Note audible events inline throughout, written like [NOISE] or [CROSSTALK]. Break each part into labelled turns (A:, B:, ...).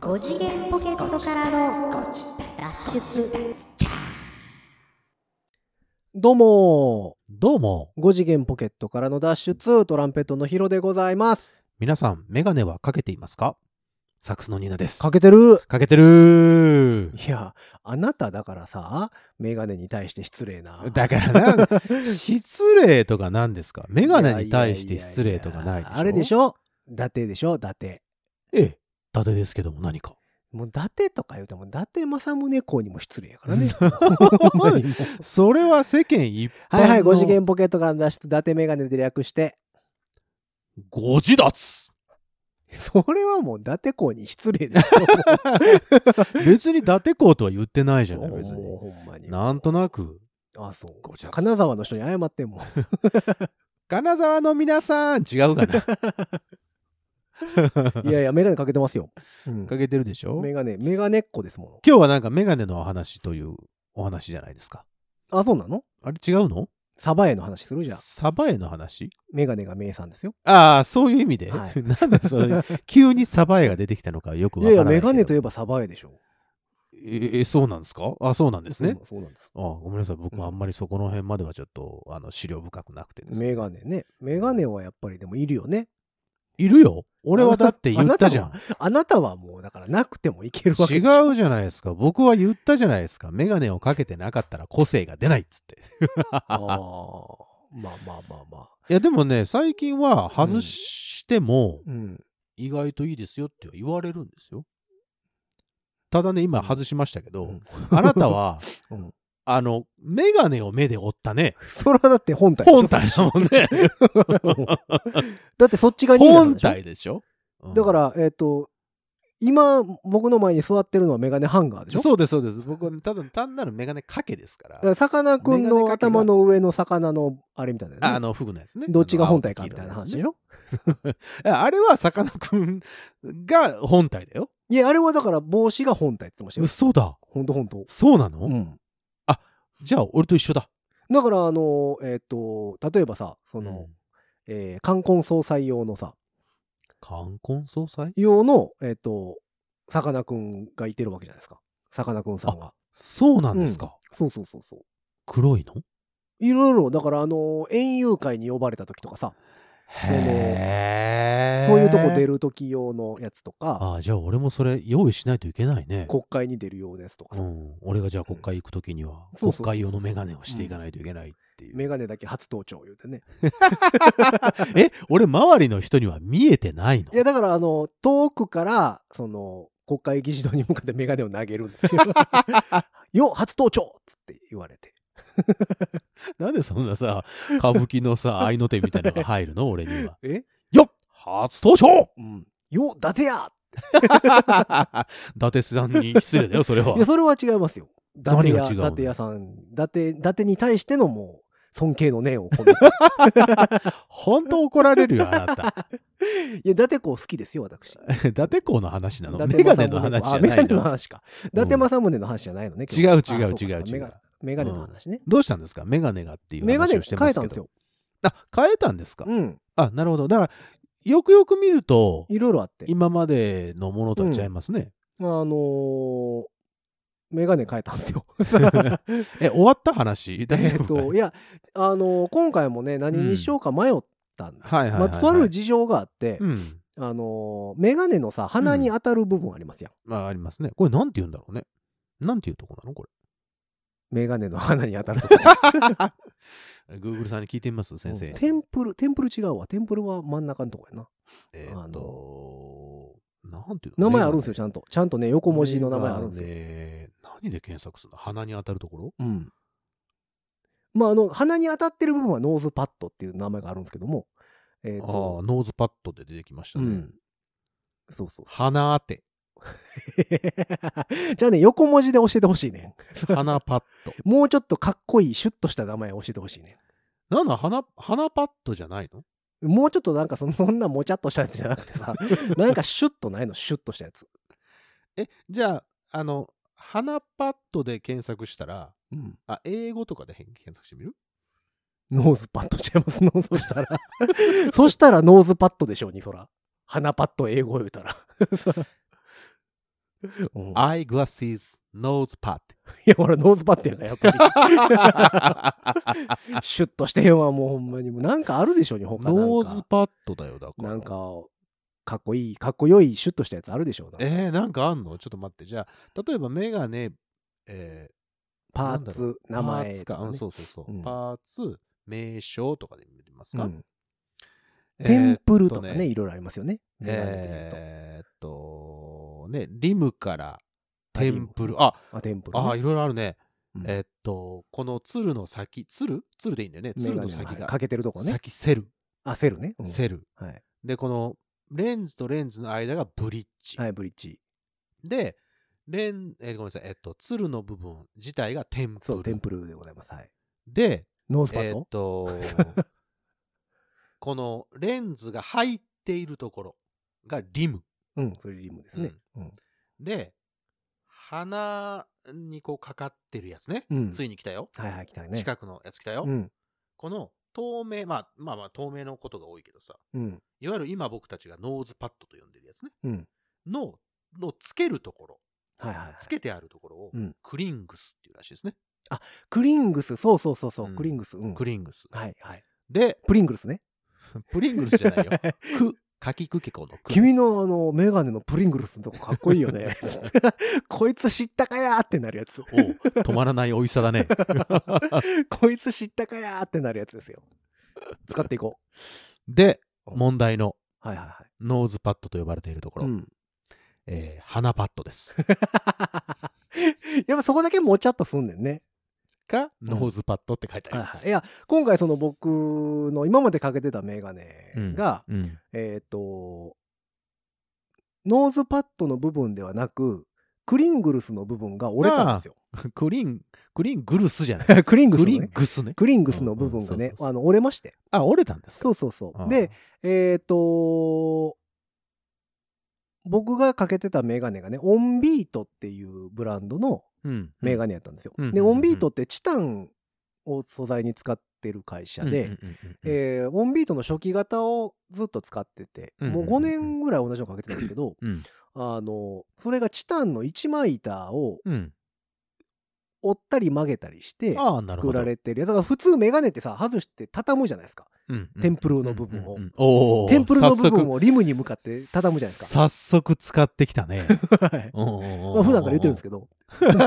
A: 5次元ポケットからの脱出
B: どうも
C: どうも、
B: ー5次元ポケットからの脱出トランペットのヒロでございます
C: 皆さん、メガネはかけていますかサックスのニーナです。
B: かけてる
C: かけてる
B: いやあなただからさメガネに対して失礼な
C: だから [LAUGHS] な、失礼とか何ですかメガネに対して失礼とかないで
B: やや
C: しょ
B: ややあれでし
C: ょ
B: ょ伊達でしょ伊達
C: ええ、伊達ですけども何 [LAUGHS] か。
B: もう伊達とか言うても伊達政宗公にも失礼やからね
C: [LAUGHS] ほんまにそれは世間一般
B: [LAUGHS]
C: の。
B: はいはい5次。元ポケットからの脱出伊達メガネで略して
C: ご自立
B: それはもう伊達公に失礼ですよ
C: 別に伊達公とは言ってないじゃない、別
B: もう
C: に。
B: ほんまに
C: なんとなく。
B: あそう
C: ごちゃつ
B: 金沢の人に謝ってんもん
C: 金沢の皆さん、違う [LAUGHS] かな。
B: いやい
C: [LAUGHS]
B: や、メガネかけてますよ。うん
C: かけてるでしょ
B: メガネ、メガネっ子ですも
C: 今日はなんかメガネのお話というお話じゃないですか。
B: の。あ、そうなの
C: あれ違うの
B: サバエの話するじゃん。
C: サバエの話
B: メガネが名産ですよ。
C: ああ、そういう意味で。
B: はい
C: [LAUGHS] なんで
B: [LAUGHS]
C: それ、急にサバエが出てきたのかよ
B: い
C: くわか
B: やいや、
C: らない
B: メ
C: けど。
B: ガネといえばサバエでしょ。
C: ええ、そうなんですかあそうなんですね。
B: そうなんです。
C: ああごめんなさい。僕
B: うん
C: はあんまりそこの辺まではちょっと、あの、資料深くなくてですね
B: メガネね。メガネはやっぱりでもいるよね。
C: いるよ。俺はだって言ったじゃん。
B: あなたはもうだからなくてもいけるわけ
C: 違
B: でしょ。
C: うじゃないですか。僕は言ったじゃないですか。メガネをかけてなかったら個性が出ないっつって。
B: あーまあまあまあまあ。
C: いや、でもね、最近は外しても、
B: うん。
C: 意外といいですよって言われるんですよ。ただね、今外しましたけど、
B: うん
C: あなたは、
B: うん
C: あの、メガネを目で追ったね。
B: それはだって本体でしょ。
C: 本体だもんね。
B: だってそっちが2なん
C: 本
B: でしょ
C: 体でしょ。うん
B: だから、えっと、今、僕の前に座ってるのはメガネハンガーでしょ
C: そうです、そうです。僕はね、ただ単なるメガネかけですから
B: だか。らさかなクン
C: メガネ
B: の
C: かけが
B: 頭の上の魚のあれみたいな、ね、
C: あの、フグのやつね。
B: どっちが
C: あの
B: 本体かみたいな
C: 青と
B: 話
C: 黄
B: で
C: 色
B: し
C: のや
B: ょ
C: つね [LAUGHS] あれは、さかなクンが本体だよ。
B: いやあれはだから帽子が本体って言ってましたよ
C: 嘘だ。
B: ほんとほんと
C: そうなの、
B: うん
C: じゃあ、俺と一緒だ。
B: だからあのえっ、と例えばさその、えー冠婚葬祭用のさ
C: 冠婚葬祭
B: 用のえっ、とさかなクンがいてるわけじゃないですかさかなクンさんが
C: そうなんですか。
B: そうそうそうそう
C: 黒いの
B: いろいろだからあの園遊会に呼ばれた時とかさの
C: へー
B: そういうとこ出る時用のやつとか
C: ああ、じゃあ俺もそれ用意しないといけないね。
B: 国会に出るようなやつとか
C: う
B: さ、
C: ん、俺がじゃあ国会行くときには、
B: そうそう
C: 国
B: そう
C: 会用のメガネをしていかないといけないっていう。
B: メガネだけ初登頂言うてね
C: え、俺周りの人には見えてないの
B: いやだからあの遠くからその国会議事堂に向かってメガネを投げるんですよ。 [LAUGHS] よ初登頂っつって言われて。
C: なんでそんなさ、歌舞伎
B: [LAUGHS]
C: のさ、合いの手みたいなのが入るの俺には。
B: え
C: よっ初登場
B: うん。よ伊達や
C: 伊達さんに失礼だよ、それはい
B: や。それは違いますよ。伊達
C: 何
B: 屋
C: が違う
B: 伊
C: の
B: 達屋さん伊達伊達に対してのもう尊敬の念を込め
C: [LAUGHS]
B: て
C: 本当怒られるよ、あなた。
B: いや伊達公好きですよ私。
C: 伊達公の話なの
B: 伊達
C: メガネの話じ
B: 政宗公あ
C: ゃ
B: メ
C: な
B: ガ
C: い
B: ネの
C: の
B: 話か。伊達政宗の話じゃないのね。
C: 違う違う
B: 今日はあそかそ
C: 違う
B: かメガ
C: 違う
B: メガネの話ね。
C: どうしたんですかメガネがっていう
B: メガネ
C: 話をして
B: 変
C: ま
B: え
C: す
B: たん
C: け
B: です
C: ど。
B: よ。
C: あ、変えたんですか
B: うん。
C: あ、なるほど。だから、よくよく見ると、
B: いろいろあって。
C: 今までのものとは違いますね。
B: あのー、メガネ変えたんです
C: [LAUGHS]
B: よ。
C: え、終わった話 [LAUGHS] 大
B: え
C: 丈
B: っ
C: 夫かい
B: と、いや、あのー今回もね、何にしようか迷ったんだ。
C: はいはいはい、はい。
B: まあ、とある事情があって、
C: うん。
B: あのー、メガネのさ、鼻に当たる部分ありますやん。
C: まあ、ありますね。これ、なんて言うんだろうね。なんていうとこなの [LAUGHS] こ
B: メガネの鼻に当
C: [LAUGHS]
B: たるとこです。
C: れ。Google さんに聞いてみます先
B: う
C: 生
B: [LAUGHS] ん。テンプル、テンプル違うわ。テンプルは真ん中のとこやな。
C: えーっと、なんていうの
B: 名前あるんですよ、ちゃんと。ちゃんとね、横文字の名前あるんですよ。
C: ですよ。何で検索するの鼻に当たるところ
B: うん。まあ、あの、鼻に当たってる部分はノーズパッドっていう名前があるんですけども、えっ、
C: ああ
B: と、
C: ー、ノーズパッドで出てきました
B: う
C: ね。
B: ん。そうそう。 [LAUGHS]
C: 鼻当て。
B: じゃあね、横文字で教えてほしいね。
C: 鼻パッド。
B: もうちょっとかっこいい、シュッとした名前を教えてほしいね。
C: なんだ、鼻、鼻パッドじゃないの
B: もうちょっとなんかそのそんなもちゃっとしたやつじゃなくて
C: [LAUGHS]
B: さ、なんかシュッとないの、シュッとしたやつ。
C: え、じゃあ、あの、鼻パッドで検索したら、
B: うん。
C: あ、英語とかで変検索してみる
B: ノーズパッドちゃいます、ノーズそしたら。そ
C: [LAUGHS]
B: したらノーズパッドでしょうに、そら。鼻パッド英語言うたら。うんい
C: eyeglasses,
B: [LAUGHS]
C: nose pat.
B: や、俺、ノーズパッテンがやっぱり。シュッとしてへんわ、もうほんまに。もうなんかあるでしょうに、他なんか
C: ノーズパッドだよ、だから。
B: なんか、かっこいい、かっこよい、シュッとしたやつあるでしょうな。
C: えー、なんかあんのちょっと待って。じゃあ、例えばメガネ、え
B: パーツ、
C: ー、
B: 名前
C: パーツ
B: と
C: か。
B: かね、
C: うん、そうそうそう。
B: うん
C: パーツ、名称とかで見れますか、
B: うん
C: えー
B: テンプルとか
C: えーっ
B: ね、いろいろありますよね。メガネで言うと
C: えーっと、ね、リムからテンプル。
B: あ、
C: あ、
B: テンプル、ね。
C: あー、いろいろあるね。
B: うん
C: えーっと、この鶴の先、鶴鶴でいいんだよね。鶴の
B: メガ
C: 先
B: ネはい
C: が。
B: かけてるとこね。
C: 先、セル。
B: あ、セルね。うん
C: セル。
B: はい。
C: で、この、レンズとレンズの間がブリッジ。
B: はい、ブリッジ。
C: で、レン、えーごめんなさい、えっと、鶴の部分自体がテンプ
B: そ
C: ル。
B: う、テンプルでございます。はい。
C: で、
B: ノーズパッ
C: えー
B: ド
C: っ、
B: [LAUGHS]
C: と、このレンズが入っているところがリム。
B: うん、それリムですね。うん。
C: で、鼻にこうかかってるやつね。
B: うん
C: ついに来たよ。
B: はいはい、来たね。
C: 近くのやつ来たよ。
B: うん。
C: この透明、まあまあまあ透明のことが多いけどさ、
B: うん。
C: いわゆる今僕たちがノーズパッドと呼んでるやつね。
B: うん。
C: の、のつけるところ、
B: はいはいはい。
C: つけてあるところを
B: うん
C: クリングスっていうらしいですね。
B: クリングス、そうそうそうそう、
C: うん
B: クリングス。うん。
C: クリングス。
B: はいはい。
C: で、
B: プリングルスね。
C: プリングルスじゃないよ。 [LAUGHS] く、かきくけこのく。
B: 君のあの、メガネのプリングルスのとこかっこいいよ
C: [LAUGHS]
B: ね。つってこいつ知ったかやーってなるやつ。
C: おう止まらない美味しさだね。
B: こいつ知ったかやーってなるやつですよ。使っていこ
C: [LAUGHS] で、問題の
B: う。はいはいはい。
C: ノーズパッドと呼ばれているところ、
B: うん。 [LAUGHS]
C: えー鼻パッド [LAUGHS] です。
B: やっぱそこだけもちゃっとすんねんね。
C: が、ノーズパッドって書いてありま
B: はい、
C: す。
B: いや今回その僕の今までかけてたメガネが、
C: うん
B: えっ、とノーズパッドの部分ではなくクリングルスの部分が折れたんですよ。
C: [LAUGHS] クリン、クリングルスじゃない。
B: [LAUGHS] クリングス
C: ク
B: の
C: リ
B: ね
C: ン。グスね。
B: クリングスの部分が
C: うんうん
B: ね
C: そう、そうそう
B: あの折れまして。
C: あ、折れたんですか
B: そうそうそう。
C: あー
B: で、えっ、と僕がかけてたメガネがね、オンビートっていうブランドの
C: うん、
B: メ
C: ネ
B: ガネやったんですよ。
C: うん
B: で、
C: うんうん
B: オンビートってチタンを素材に使ってる会社で、、えーオンビートの初期型をずっと使ってて、
C: うんうん
B: も
C: うん
B: う5年ぐらい同じのかけてたんですけど、
C: うん、
B: あの、それがチタンの一枚板を
C: うん。
B: 折ったり曲げたりして
C: ああ、なる
B: 作
C: ほど。
B: られてるやつだから普通メガネってさ、外して畳むじゃないですか。
C: うんうん
B: テンプルの部分を
C: うんうんうんおー
B: テンプルの部分
C: 早
B: をリムに向かっ
C: 速
B: て畳むじゃないです
C: 早速使ってきた
B: [LAUGHS]
C: ね。
B: か。はいまあ普段から言ってるんです
C: け
B: けど、
C: ど。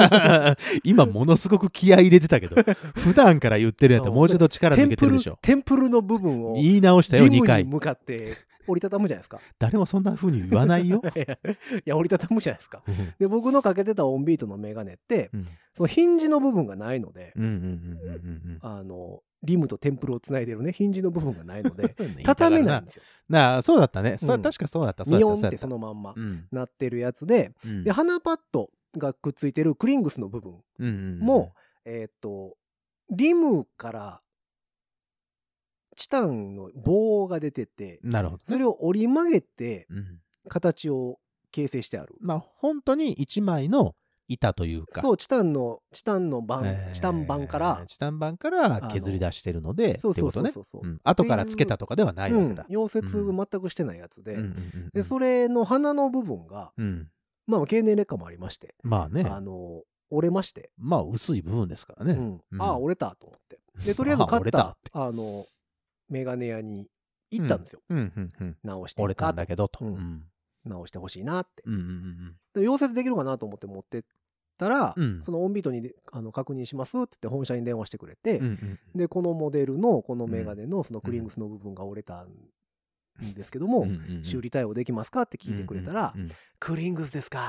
C: [LAUGHS] 今、ものすごく気合い入れてたけど、 [LAUGHS] 普段から言ってるやつはもうちょっと力
B: テ
C: 抜
B: ン
C: けて
B: プ
C: る
B: ル
C: でしょ、。
B: テンプルの部分をリ
C: 言い直したよ、
B: ムに
C: 2回。
B: 向かって折りたたむじゃないですか。
C: 誰もそんな風に言
B: [LAUGHS]
C: わないよ。
B: いやいや、折りたたむじゃないですか。
C: うん
B: で、僕のかけてたオンビートのメガネって、
C: うん
B: そのヒンジの部分がないので、
C: うんうんうんうん
B: あの、リムとテンプルをつないでるね、ヒンジの部分がないの
C: [LAUGHS]
B: で、
C: う
B: [LAUGHS]
C: ん。
B: 畳めないんですよ。
C: なあ、そうだったね。そう
B: うん
C: 確かそうだった。そう
B: ミ
C: だ
B: ヨ
C: っ
B: ン
C: た。
B: ってそ
C: そ
B: う
C: だっ
B: のまんま
C: たうん
B: なってるやつで、
C: うん
B: で、鼻パッドがくっついてるクリングスの部分
C: うんうんうん
B: も、えーっと、リムからチタンの棒が出てて、
C: なるほど
B: そ
C: ね。
B: れを折り曲げて
C: うん
B: 形を形成してある。
C: まあ、本当に一枚の板というか。
B: そう、チタンの、チタンの板、
C: えー
B: チタン板から、
C: チタン板から削り出してるので、
B: そう
C: って
B: そ
C: こ
B: う
C: と
B: そう
C: ね
B: そう。そう
C: う。ん後からつけたとかではないわ
B: う
C: け
B: ん
C: だ。
B: 溶接全くしてないやつで、
C: うんうんうんうん
B: でそれの鼻の部分が、
C: うん
B: まあ経年劣化もありまして、
C: まあね、
B: あの折れまして、
C: まあ薄い部分ですから
B: う
C: ね。
B: ん
C: うん
B: ああ折れたと思ってでとりあえず買っ
C: [LAUGHS] ああ折れたったて
B: あのメガネ屋に行ったんですよ、
C: うんうんうん
B: 直して
C: 折れたんだけどと。う
B: うんん
C: うん
B: 直してほしいなって
C: うんうん
B: で溶接できるかなと思って持ってったら、
C: うん
B: そのオンビートにであの確認しますってって本社に電話してくれて、
C: うんうんうん
B: でこのモデルのこのメガネのそのクリングスの部分が折れたんですけども、
C: うんうんうん
B: 修理対応できますかって聞いてくれたら、
C: うんうん
B: クリングスですか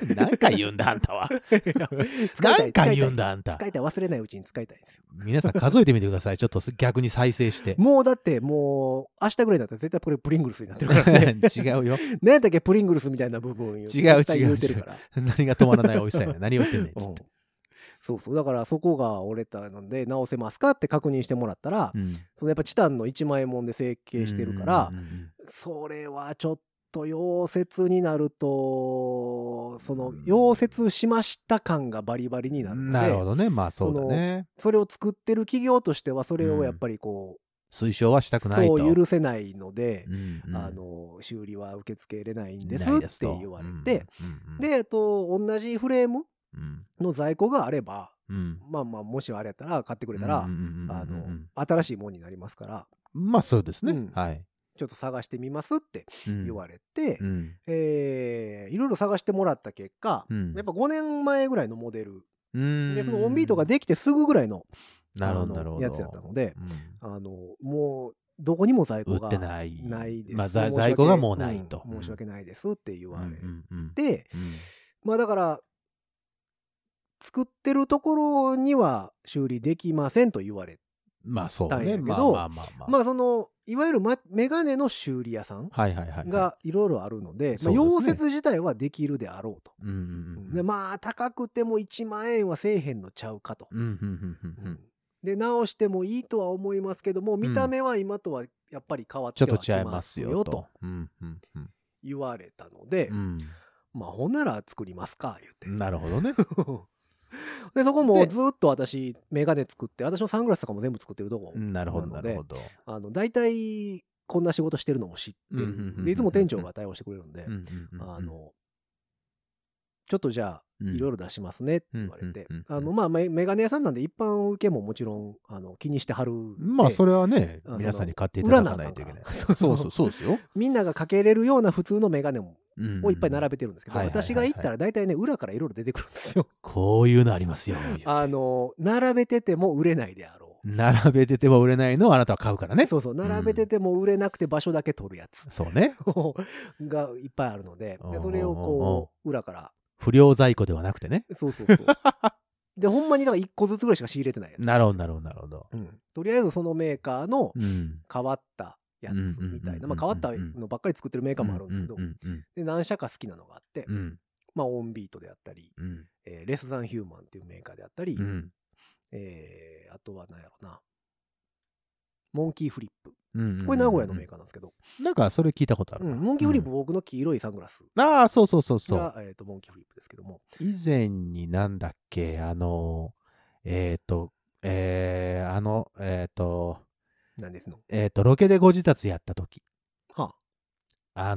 C: うん何回言うんだあん
B: [LAUGHS]
C: たは。
B: たい
C: 何回言うんだあんた
B: 使。いたい忘れないうちに使いたいんですよ
C: 皆さん数えてみてください。ちょっと逆に再
B: [LAUGHS]
C: 生して。
B: もうだってもう明日ぐらいだったら絶対これプリングルスになってるからね
C: [LAUGHS] 違うよ。
B: 何やったっけプリングルスみたいな部分を
C: 違う
B: 絶対言うてるから
C: 何が止まらない美味しさや
B: [LAUGHS]
C: ね。何を言ってんねんっつっ
B: うん
C: て。
B: そうそうだからそこが折れたので直せますかって確認してもらったら、
C: うん
B: そのやっぱチタンの一枚もんで成形してるから、
C: うんうんうん
B: それはちょっと溶接になるとその
C: うん
B: 溶接しました感がバリバリになるので
C: なるほどね。まあそうだね。
B: それを作ってる企業としてはそれをやっぱりこ
C: 推奨はしたくない
B: そ
C: と。
B: う許せないので
C: う、んうん
B: あの修理は受け付けれないんです
C: ない
B: って
C: と
B: 言われて、、
C: うんうんうん
B: で、えっと、同じフレーム
C: うん
B: の在庫があれば、
C: うん、
B: まあまあ、もしあれやったら買ってくれたら、
C: うんうんうんうん
B: あの、新しいもんになりますから、
C: まあそうですね。
B: うん
C: はい。
B: ちょっと探してみますって言われて、
C: うん
B: えーいろいろ探してもらった結果、
C: うん
B: やっぱ5年前ぐらいのモデル、
C: うん
B: で、そのオンビートができてすぐぐらいの
C: なるほど
B: あ
C: なるほ
B: の
C: ど
B: やつやったので、
C: うん
B: あの、もう、どこにも在庫
C: 売っ
B: が
C: てない。
B: ないです。
C: まあ、在
B: 申し訳
C: 在庫がもうないと。
B: うん申し訳ないですって言われて、
C: うんうんうん
B: まあだから、作ってるところには修理できませんと言われ
C: まあそう
B: たんや
C: ね。
B: けど
C: まあまあまあまあ。
B: まあその、いわゆるまメガネの修理屋さん
C: はいはいはいはい。
B: がいろいろあるので、
C: そうですね
B: まあ溶接自体はできるであろうと。
C: うんうんう
B: で
C: ん、
B: まあ高くても1万円はせえへんのちゃうかと。
C: うんうんうんうんうん
B: で直してもいいとは思いますけども見た目は今とはやっぱり変わっ
C: ち
B: て
C: ょ
B: は
C: っ
B: き
C: と違い
B: ま
C: ますす
B: よ
C: よ
B: と
C: と。うんうんうん
B: 言われたので、まあほんなら作りますか言って
C: うん、なるほどね。
B: [LAUGHS] でそこも
C: で
B: ずっと私メガネ作って私のサングラスとかも全部作ってるとこ
C: うんなるほど
B: なの
C: な
B: で
C: るほど。
B: あの大体こんな仕事してるのも知って
C: うんうんうんう
B: る
C: ん
B: でいつも店長が対応してくれるんで
C: うんうんうんうん
B: あ、のちょっとじゃあ
C: うん
B: いろいろ出しますねって言われて
C: うんうんうんうん
B: あのまあメメガネ屋さんなんで一般受けももちろんあの気にしてはるんで
C: まあそれはね
B: あその、
C: 皆さんに買っていただかないといけない。そうそう、そうですよ。
B: みんながかけれるような普通のメガネもを
C: を
B: いっぱい並べてるんですけど
C: はいはいはいはい
B: 私が行ったら大体ね裏からいろいろ出てくるんですよ
C: こういうのありますよ。
B: あの並べてても売れないであろう
C: 並べてても売れないのをあなたは買うからね。
B: そうそう並べてても売れなくて場所だけ取るやつ
C: そうね。
B: [LAUGHS] がいっぱいあるので
C: おうおう
B: で
C: おう
B: それをこう裏
C: [LAUGHS]
B: から
C: 不良在庫ではなくてね。
B: そうそうそうでほんまにだから1個ずつぐらいしか仕入れてないやつ
C: なるほど、なるほど、なるほど。
B: うんとりあえずそのメーカーの
C: うん。
B: 変わったやつみたいな
C: うんうんうんうんうん
B: まあ変わったのばっかり作ってるメーカーもあるんですけど
C: ううんうん
B: で何社か好きなのがあって
C: うん。
B: まあオンビートであったり
C: うん。
B: えーレス・ザン・ヒューマンっていうメーカーであったり、
C: うん。
B: えーあとは何やろな、モンキーフリップ。
C: うん。
B: これ名古屋のメー
C: カ
B: カーなんですけど、
C: ー。なんか、それ聞いたことある
B: う
C: な。
B: んモンキーフリップ、僕の黄色いサングラス
C: うんああ、そうそうそうそう。
B: が、えー、とモンキーフリップですけども、
C: 以前になんだっけ、あの、えっと、えーあの、えっと、
B: なんですの。
C: えっと、ロケでご自立やった時。
B: は
C: あ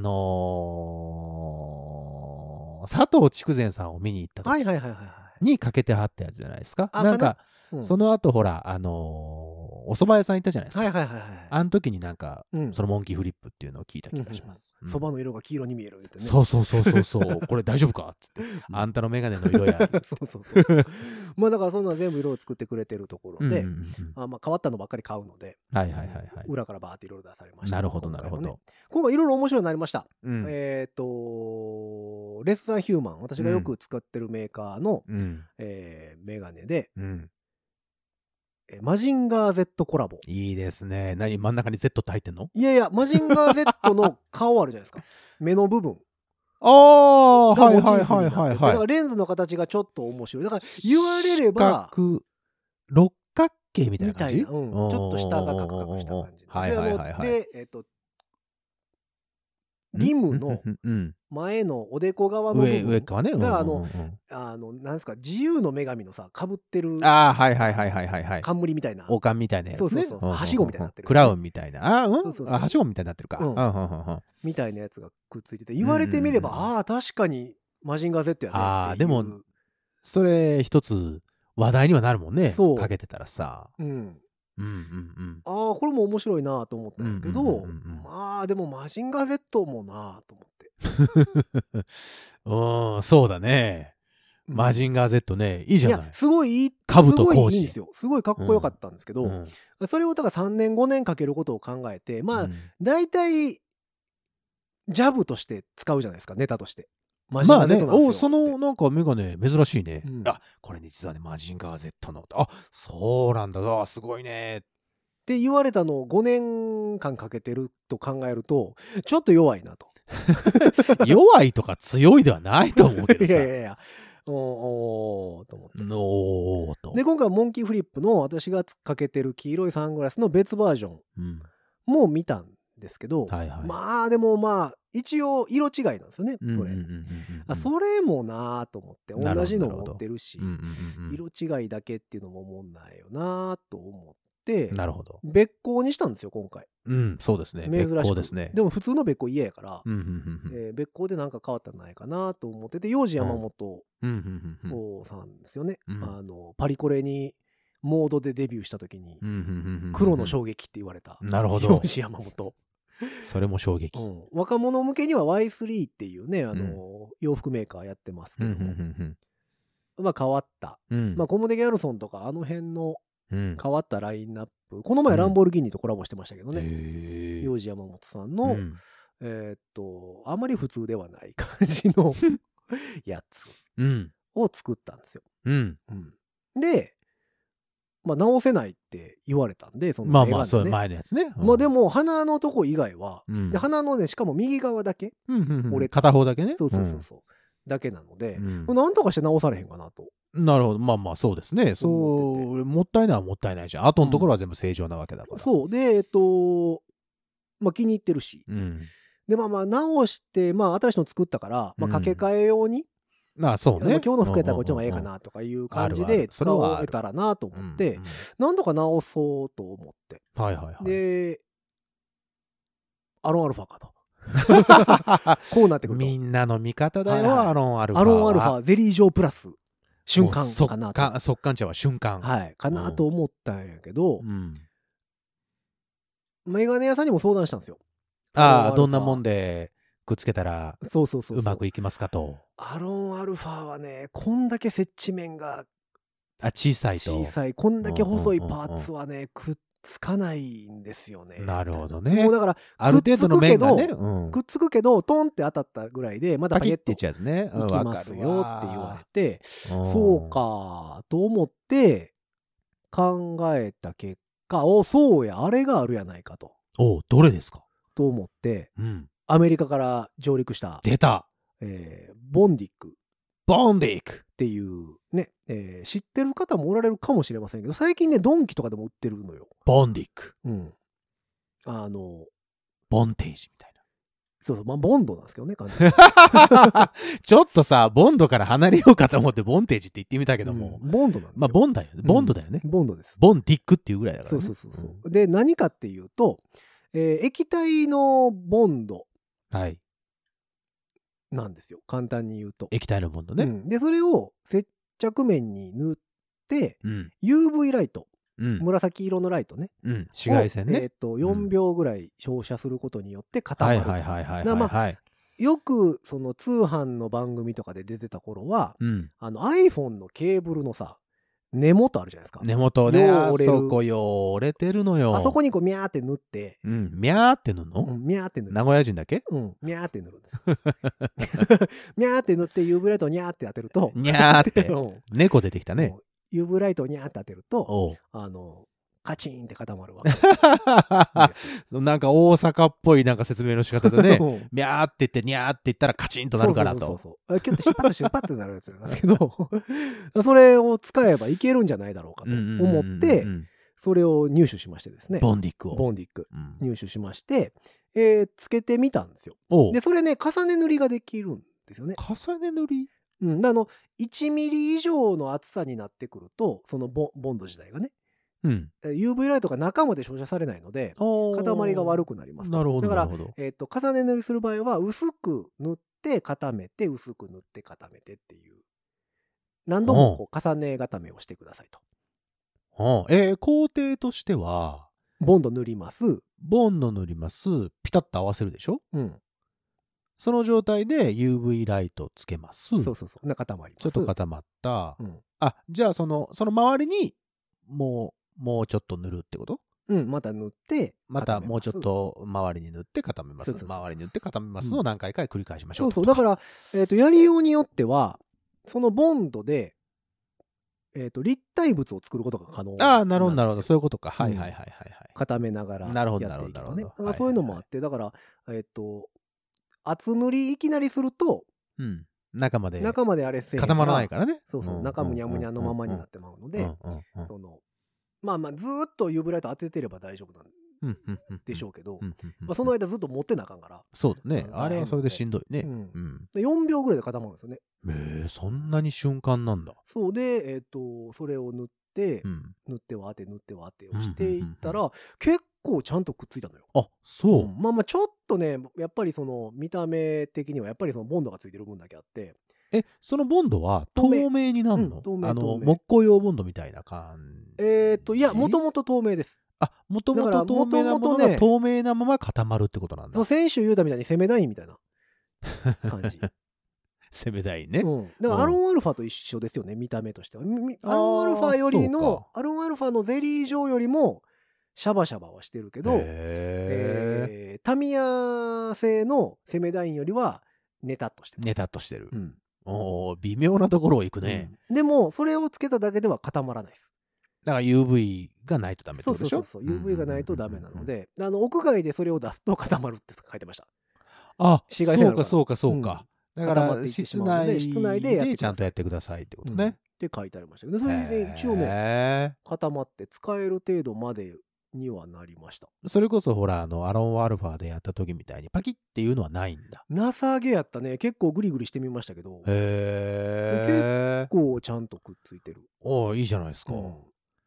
C: のー佐藤筑前さんを見に行った
B: あ、はい
C: 時
B: はいはいはいはい。
C: にかけてはったやつじゃないですか。
B: あ
C: なん
B: か
C: か、
B: うん
C: その後ほら、あのーお蕎麦屋さん行ったじゃないですか。
B: はいはいはいはい。
C: あの時になんか、
B: うん
C: そのモンキーフリップっていうのを聞いた気がします。
B: そば、
C: うん
B: の色が黄色に見えるってね。
C: そうそうそうそうそう、これ大丈夫かっつって、あんたのメガネの
B: [LAUGHS]
C: 色や。
B: [LAUGHS] そうそうそうそうまあだからそんな全部色を作ってくれてるところで、
C: うんうんうん
B: あまあ変わったのばっかり買うので、
C: はいはいはいはい。
B: 裏からバーっていろいろ出されました。
C: なるほど
B: 今
C: なる
B: 回
C: ほ
B: もね
C: ど。。
B: 今回いろいろ面白いのありました。
C: うん
B: えっ、と、レッサンヒューマン、私がよく使ってるメーカーの、
C: うん
B: えーメガネで、
C: うん
B: えーマジンガー Z コラボ。
C: いいですね。何真ん中に Z って入ってんの
B: いやいや、マジンガー Z の顔あるじゃないで
C: [LAUGHS]
B: すか。目の部分
C: ああ
B: がモチーフになっててだからレンズの形がちょっと面白い。だから言われれば、
C: 四角六角形みたい
B: み
C: な
B: た
C: 感
B: い
C: じ
B: な、うん、ちょっと下がカクカクした感じ。
C: はいはいはいはい
B: で、えっ、と、リムの
C: うんうん
B: 前のおでこ側
C: う
B: の
C: ん
B: 部
C: 上
B: 分
C: 上かねうんうんうん
B: があのあの、なんですか、自由の女神のさ、かぶってる
C: ああはいはいはいはいはいはい
B: 冠みたいな。
C: 王冠みたいなやつね
B: そうそうそう
C: うんうんうん
B: はしごみたいになってる
C: クラウンみたいなあー
B: そうそううんそう
C: あはしごみたいになってるか
B: う
C: うんんうんうんうん
B: みたいなやつがくっついてて言われてみれば、
C: うんうんうん
B: ああ確かにマジンガー Z やねっていう
C: あーでもそれ一つ話題にはなるもんね
B: そう
C: かけてたらさ
B: うん、
C: うんうん
B: ああこれも面白いなと思ったんやけど、
C: うんうんうんうんうん
B: まあでもマジンガー Z もなと思って
C: うんうんそうだねマジンガー Z ねいい
B: い
C: じゃ
B: や
C: ない
B: すごいいい
C: 兜
B: すごい
C: 浩二
B: いいんですよすごいかっこよかったんですけど、
C: うん
B: それをだから3年5年かけることを考えてまあ
C: うん
B: 大体ジャブとして使うじゃないですかネタとしてマジン
C: ま
B: ガ
C: あ
B: ー Z
C: ね、
B: なんですよ、
C: おうそのなんかメガネ珍しいね。
B: うん
C: あこれね、実はね、マジンガー Z の。あそうなんだ、あすごいね。
B: っ
C: [LAUGHS]
B: て言われたのを5年間かけてると考えるとちょっと弱いなと
C: 弱いとか強いではないと思うけど
B: い
C: さ。
B: やいやいや。おーおーと思って。
C: のーと。
B: で、今回モンキーフリップの私がかけてる黄色いサングラスの別バージョン
C: うん、
B: も見たんですけど、
C: はいはい。
B: まあでもまあ、一応色違いなんですよね、
C: うん
B: そ
C: うんうん
B: れ。
C: うんうん
B: あそれもなーと思って、
C: なるほど
B: 同じの
C: なるほど
B: 持ってるし
C: うん、うんうんうん
B: 色違いだけっていうのも思んないよなーと思って、
C: なるほど。
B: 別行にしたんですよ、今回。
C: うん、そうですね。
B: 珍しく。
C: 別行ですね。
B: でも普通の別行嫌やから、
C: うん、うん、うんうん。
B: えー別行でなんか変わったんないかなと思ってて、幼児山本
C: うん、うん、うんうん。
B: さんですよね。
C: うん
B: あの、パリコレにモードでデビューした時に
C: う、んうんうんうん
B: 黒の衝撃って言われた。
C: なるほど
B: 幼。児山本。
C: それも衝撃。
B: うん若者向けには Y3 っていうね、あの、洋服メーカーやってますけ
C: うん
B: ど
C: う
B: も、
C: ん
B: まあ変わった。
C: うんうん。
B: まあコムデ・ギャルソンとかあの辺の
C: うん
B: 変わったラインナップ。この前ランボルギーニとコラボしてましたけどね。
C: へー
B: 幼児山本さん
C: う
B: の、
C: ん
B: えーっと、あまり普通ではない感じ
C: [LAUGHS]
B: のやつ
C: うん。
B: を作ったんですよ。
C: うん。
B: うんで、まあ直せないって言われたんで、その
C: まあまあ、
B: メガ
C: そう、
B: ネね
C: 前のやつね。うん
B: まあで、も鼻のとこ以外は、
C: うん
B: で鼻のね、しかも右側だけ、
C: うんうんうん
B: 俺
C: 片方だけね。
B: そうそうそうそう、だけなので、
C: うん
B: これなんとかして直されへんかなと。
C: なるほど。まあまあ、そうですね。そ
B: そう思ってて
C: う、もったいないはもったいないじゃん。後のところは全部正常なわけだから。
B: そう。で、えっと、まあ気に入ってるし。
C: うん。
B: で、まあまあ直して、まあ新しいの作ったから、まあ掛け替え用に、
C: まあ、そう
B: ま
C: ね
B: あ。今日の服やったらこっちの方がええかなとかいう感じ
C: あるある
B: で
C: そ
B: 使
C: れはあ
B: わ
C: る
B: れたらなと
C: うんうんうん。
B: 思って、なんとか直そうと思って。
C: うんはいはいはい。
B: で、アロンアルファかと。こうなってくる
C: [LAUGHS] み
B: と。
C: んなの味方だ
B: はい
C: よ、
B: はい
C: アロンアルファ
B: ア
C: は。
B: ロンアルファゼリー状プラス瞬間
C: もう
B: か
C: 速乾
B: なと。
C: 速乾茶は瞬間。
B: はい。かなと思ったんやけど
C: う、ん
B: メガネ屋さんにも相談したんですよ。
C: ああ、
B: アロンアルファ
C: どんなもんでくっつけたら
B: そうそうそうそう
C: うまくいきますかと。
B: アロンアルファはね、こんだけ接地面が
C: あ、小さいと。
B: 小さい、こんだけ細い
C: うんうんうんう
B: パ
C: ん
B: ーツはね、くっつかないんですよね。
C: なるほどね
B: もうだから、
C: ある程度の面がね、
B: くっつくけ
C: うん
B: くっつくけど、トンって当たったぐらいで、まだ
C: パ
B: パ
C: キ
B: キッ
C: ッて
B: と
C: いっ
B: い
C: ちゃうやつね。うん
B: きますよって言わ。れて、
C: わるわ
B: そう。か、と思って、考えた結果、お、そうや、あれがあるやないかと、
C: おうどれですか
B: と思って、
C: うん。
B: アメリカから上陸した、
C: 出た
B: えーボンディック。
C: ボンディック
B: っていうね、えー知ってる方もおられるかもしれませんけど、最近ね、ドンキとかでも売ってるのよ。
C: ボンディック
B: うん。あの、
C: ボンテージみたい
B: そうそう、まあ、ボンドなんですけどね、完
C: [LAUGHS]
B: 全に
C: な。ちょっとさ、ボンドから離れようかと思ってボンテージって言ってみたけども、
B: うんボンドなんですよ。
C: まあ、ボンだよ。ボンドだよね。
B: ボンドです。
C: ボンディックっていうぐらいだから
B: そ
C: ね、
B: うそうそうそう、で、何かっていうと、えー液体のボンド
C: うんはい。
B: なんですよ。簡単に言うと。
C: 液体のボンド
B: う
C: ね。
B: んで、それを接着面に塗って、
C: うん。
B: UV ライト、
C: うん。
B: 紫色のライトね。
C: うん。紫外線
B: をえ
C: ね
B: っ。と、4秒ぐらい照射することによって固ま
C: は
B: る。
C: いはいはいはい
B: だ
C: はい、
B: から
C: はい。
B: よくその通販の番組とかで出てた頃は
C: うん。
B: あの iPhone のケーブルのさ根元あるじゃないですか、
C: 根元ね、
B: よう
C: あ
B: 折れる
C: そこよ、折れてるのよ。
B: あそこにこうミャーって塗って、
C: うん。みゃーっての
B: う
C: の、
B: ん、ミャーって塗る
C: 名古屋人だ [LAUGHS] け
B: うん、ミャーって塗るんです
C: [LAUGHS]
B: よミャーって塗って UV ライトをニャーって当てると
C: にゃーっ
B: [LAUGHS]
C: て
B: う。ん
C: 猫出てきたね。
B: UV ライトをニャーって当てると
C: おう
B: あのカチーンって固まるわけ
C: [LAUGHS] なんか大阪っぽいなんか説明の仕方でね
B: [LAUGHS] う。ん
C: みゃーって言って、にゃーって言ったらカチンとなるから
B: そう
C: と。
B: そうそうそうあキュッてしパッとしてパッてなるやつなんですけど [LAUGHS] それを使えばいけるんじゃないだろうかと
C: うんうんうんうん
B: 思って
C: うん
B: それを入手しましてですね
C: ボンディックを。
B: ボンディック
C: うん
B: 入手しまして、えーつけてみたんですよ。
C: おう
B: で、それね、重ね塗りができるんですよね。
C: 重ね塗り
B: うん。であの、1ミリ以上の厚さになってくると、そのボボンド自体がね、
C: うん。
B: えー UV ライトが中まで照射されないので、塊
C: 塊
B: が悪くなりますと。
C: なるほど。
B: だか
C: なる
B: ら、
C: ほど。
B: えっ、と、重ね塗りする場合は、薄く塗って固めて、薄く塗って固めてっていう。何度もこう重ね固めをしてくださいと。
C: うんえー、工程としては、
B: ボンド塗ります。
C: ボンド塗ります。ピタッと合わせるでしょ
B: うん。
C: その状態で UV ライトつけます。
B: そうそうそう。な固まります。
C: ちょっと固まった。
B: うん。
C: あ、じゃあその、その周りに、もう、もうちょっと塗るってこと
B: うん。また塗って、
C: また
B: 固め
C: もう
B: す
C: ちょっと周りに塗って固めま
B: そ
C: す。
B: うそうそう
C: 周りに塗って固めますのを何回か繰り返しましょ
B: そうそ
C: う。、
B: う。だからら、えっ、と、やりようによっては、そのボンドで、えっ、と、立体物を作ることが可能
C: ああ、なるほど、なるほ
B: ん
C: ど。
B: です
C: そ
B: よ
C: ういうことか。はいはいはいはいはい。
B: 固めながら
C: なるほど
B: やっていけば
C: なるほど
B: ね。だ
C: なるほ
B: か
C: ど
B: らそういうのもあって、だから、えっ、と、厚塗りいきなりすると、
C: うん。中まで
B: 中まであれせえへん
C: 固まらないからね。
B: そうそう、
C: ん
B: 中むにゃむにゃのままになってまうので、
C: うんうんうん
B: その、まあまあ、ずーっと UV ライト当ててれば大丈夫なん
C: うんうんうん
B: でしょうけど、
C: うんうんうんうん
B: まあ、その間ずっと持ってなあかんから、
C: そうだね。あれはそれでしんどいね。
B: う
C: うんん。
B: で4秒ぐらいで固まるんですよね。
C: へえそんなに瞬間なんだ。
B: そうで、えっ、と、それを塗って、して
C: う、ん。
B: 塗ってはあて塗ってはあてをしていったら、結構ちゃんとくっついたのよ。
C: あ、そう。
B: まあまあちょっとねやっぱりその見た目的にはやっぱりそのボンドがついてる分だけあって
C: え、そのボンドは透
B: 透
C: 明
B: 明
C: になるの、
B: うん透明
C: あの、
B: 透明
C: 木工用ボンドみたいな感じ。
B: えっ、といやもともと透明です
C: あ、もともと透
B: だ
C: 明なもの
B: から元々
C: が
B: ね
C: 透明なまま固まるってことなんだ
B: そう。選手言うたみたいに攻めないみたいな
C: [LAUGHS]
B: 感じ、
C: 攻めたいね。
B: うん、だからアロンアルファと一緒ですよね見た目としてはみみアロンアルファより
C: そうか
B: のアロンアルファのゼリー状よりもシャバシャバはしてるけど、
C: へー
B: えータミヤ製の攻めダインよりはネタっとしてます
C: ネタっとしてる。
B: うん
C: おー微妙なところを行くね。
B: うんでもそれをつけただけでは固まらないです
C: だから UV がないとダメって
B: そう
C: こと
B: そう
C: でし
B: そ
C: ょ
B: うそう UV がないとダメなの。
C: うんうんうんうん
B: で、あの屋外でそれを出すと固まるって書いてました
C: あ、
B: 紫
C: そ
B: 外線あるか
C: うからそうかそうか。だか
B: 固まっ
C: ら
B: ていってし
C: 室
B: まうの
C: 内
B: で室内でやってください
C: ちゃんとやってくださいってこと
B: うんっ
C: ね。
B: て書いてありましたけどそれで一応ね
C: ね。
B: 固まって使える程度までにはなりました
C: それこそほら、あの、アロンアルファでやった時みたいにパキッっていうのはないんだ。
B: なさげやったね結構グリグリしてみましたけど結
C: へえ。
B: 構ちゃんとくっついてる、
C: おーいいじゃないですか。
B: うん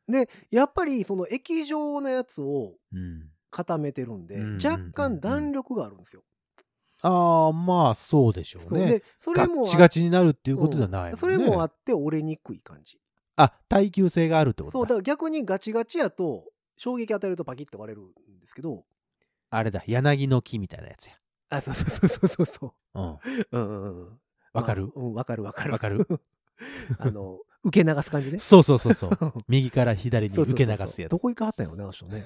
B: でやっぱりその液状のやつを
C: うん。
B: 固めてるんで、
C: うん
B: 若干弾力があるんですよ、
C: ああ、まあ、そうでしょう
B: そう
C: ね。
B: でそ
C: ガ
B: れも
C: ッ
B: あ
C: チガチになるっていうことじゃないもんね。
B: それもあって折れにくい感じ
C: あ、耐久性があるってこと
B: そう
C: だ。
B: だから逆にガチガチやと衝撃当たるとパキッて割れるんですけど
C: あれだ、柳の木みたいなやつや。
B: あそうそうそうそうそう
C: うん。
B: そううんうんうん
C: わかる
B: まあうんわかるわかる
C: わかる
B: [LAUGHS] あの受け流す感じ [LAUGHS] ね。
C: そうそうそうそう
B: そう
C: 右から左に
B: そうそう
C: 受け流すやつ
B: ど。こ行かはったんやろねあの人ね、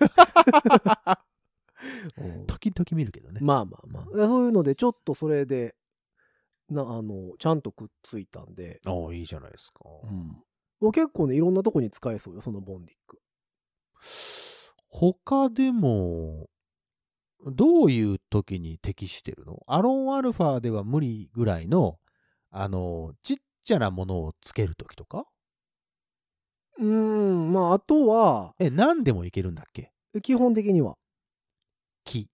B: [LAUGHS] うん
C: [LAUGHS] 時々見るけどね。
B: まあまあまあだからそういうのでちょっとそれでなあのちゃんとくっついたんで、
C: おーいいじゃないですか。
B: うんもう結構ねいろんなとこに使えそうよそのボンディック
C: 他でも、どういう時に適してるのアロンアルファでは無理ぐらいの、あの、ちっちゃなものをつける時とか
B: うんまああとは
C: え、何でもいけるんだっけ
B: 基本的には
C: 木。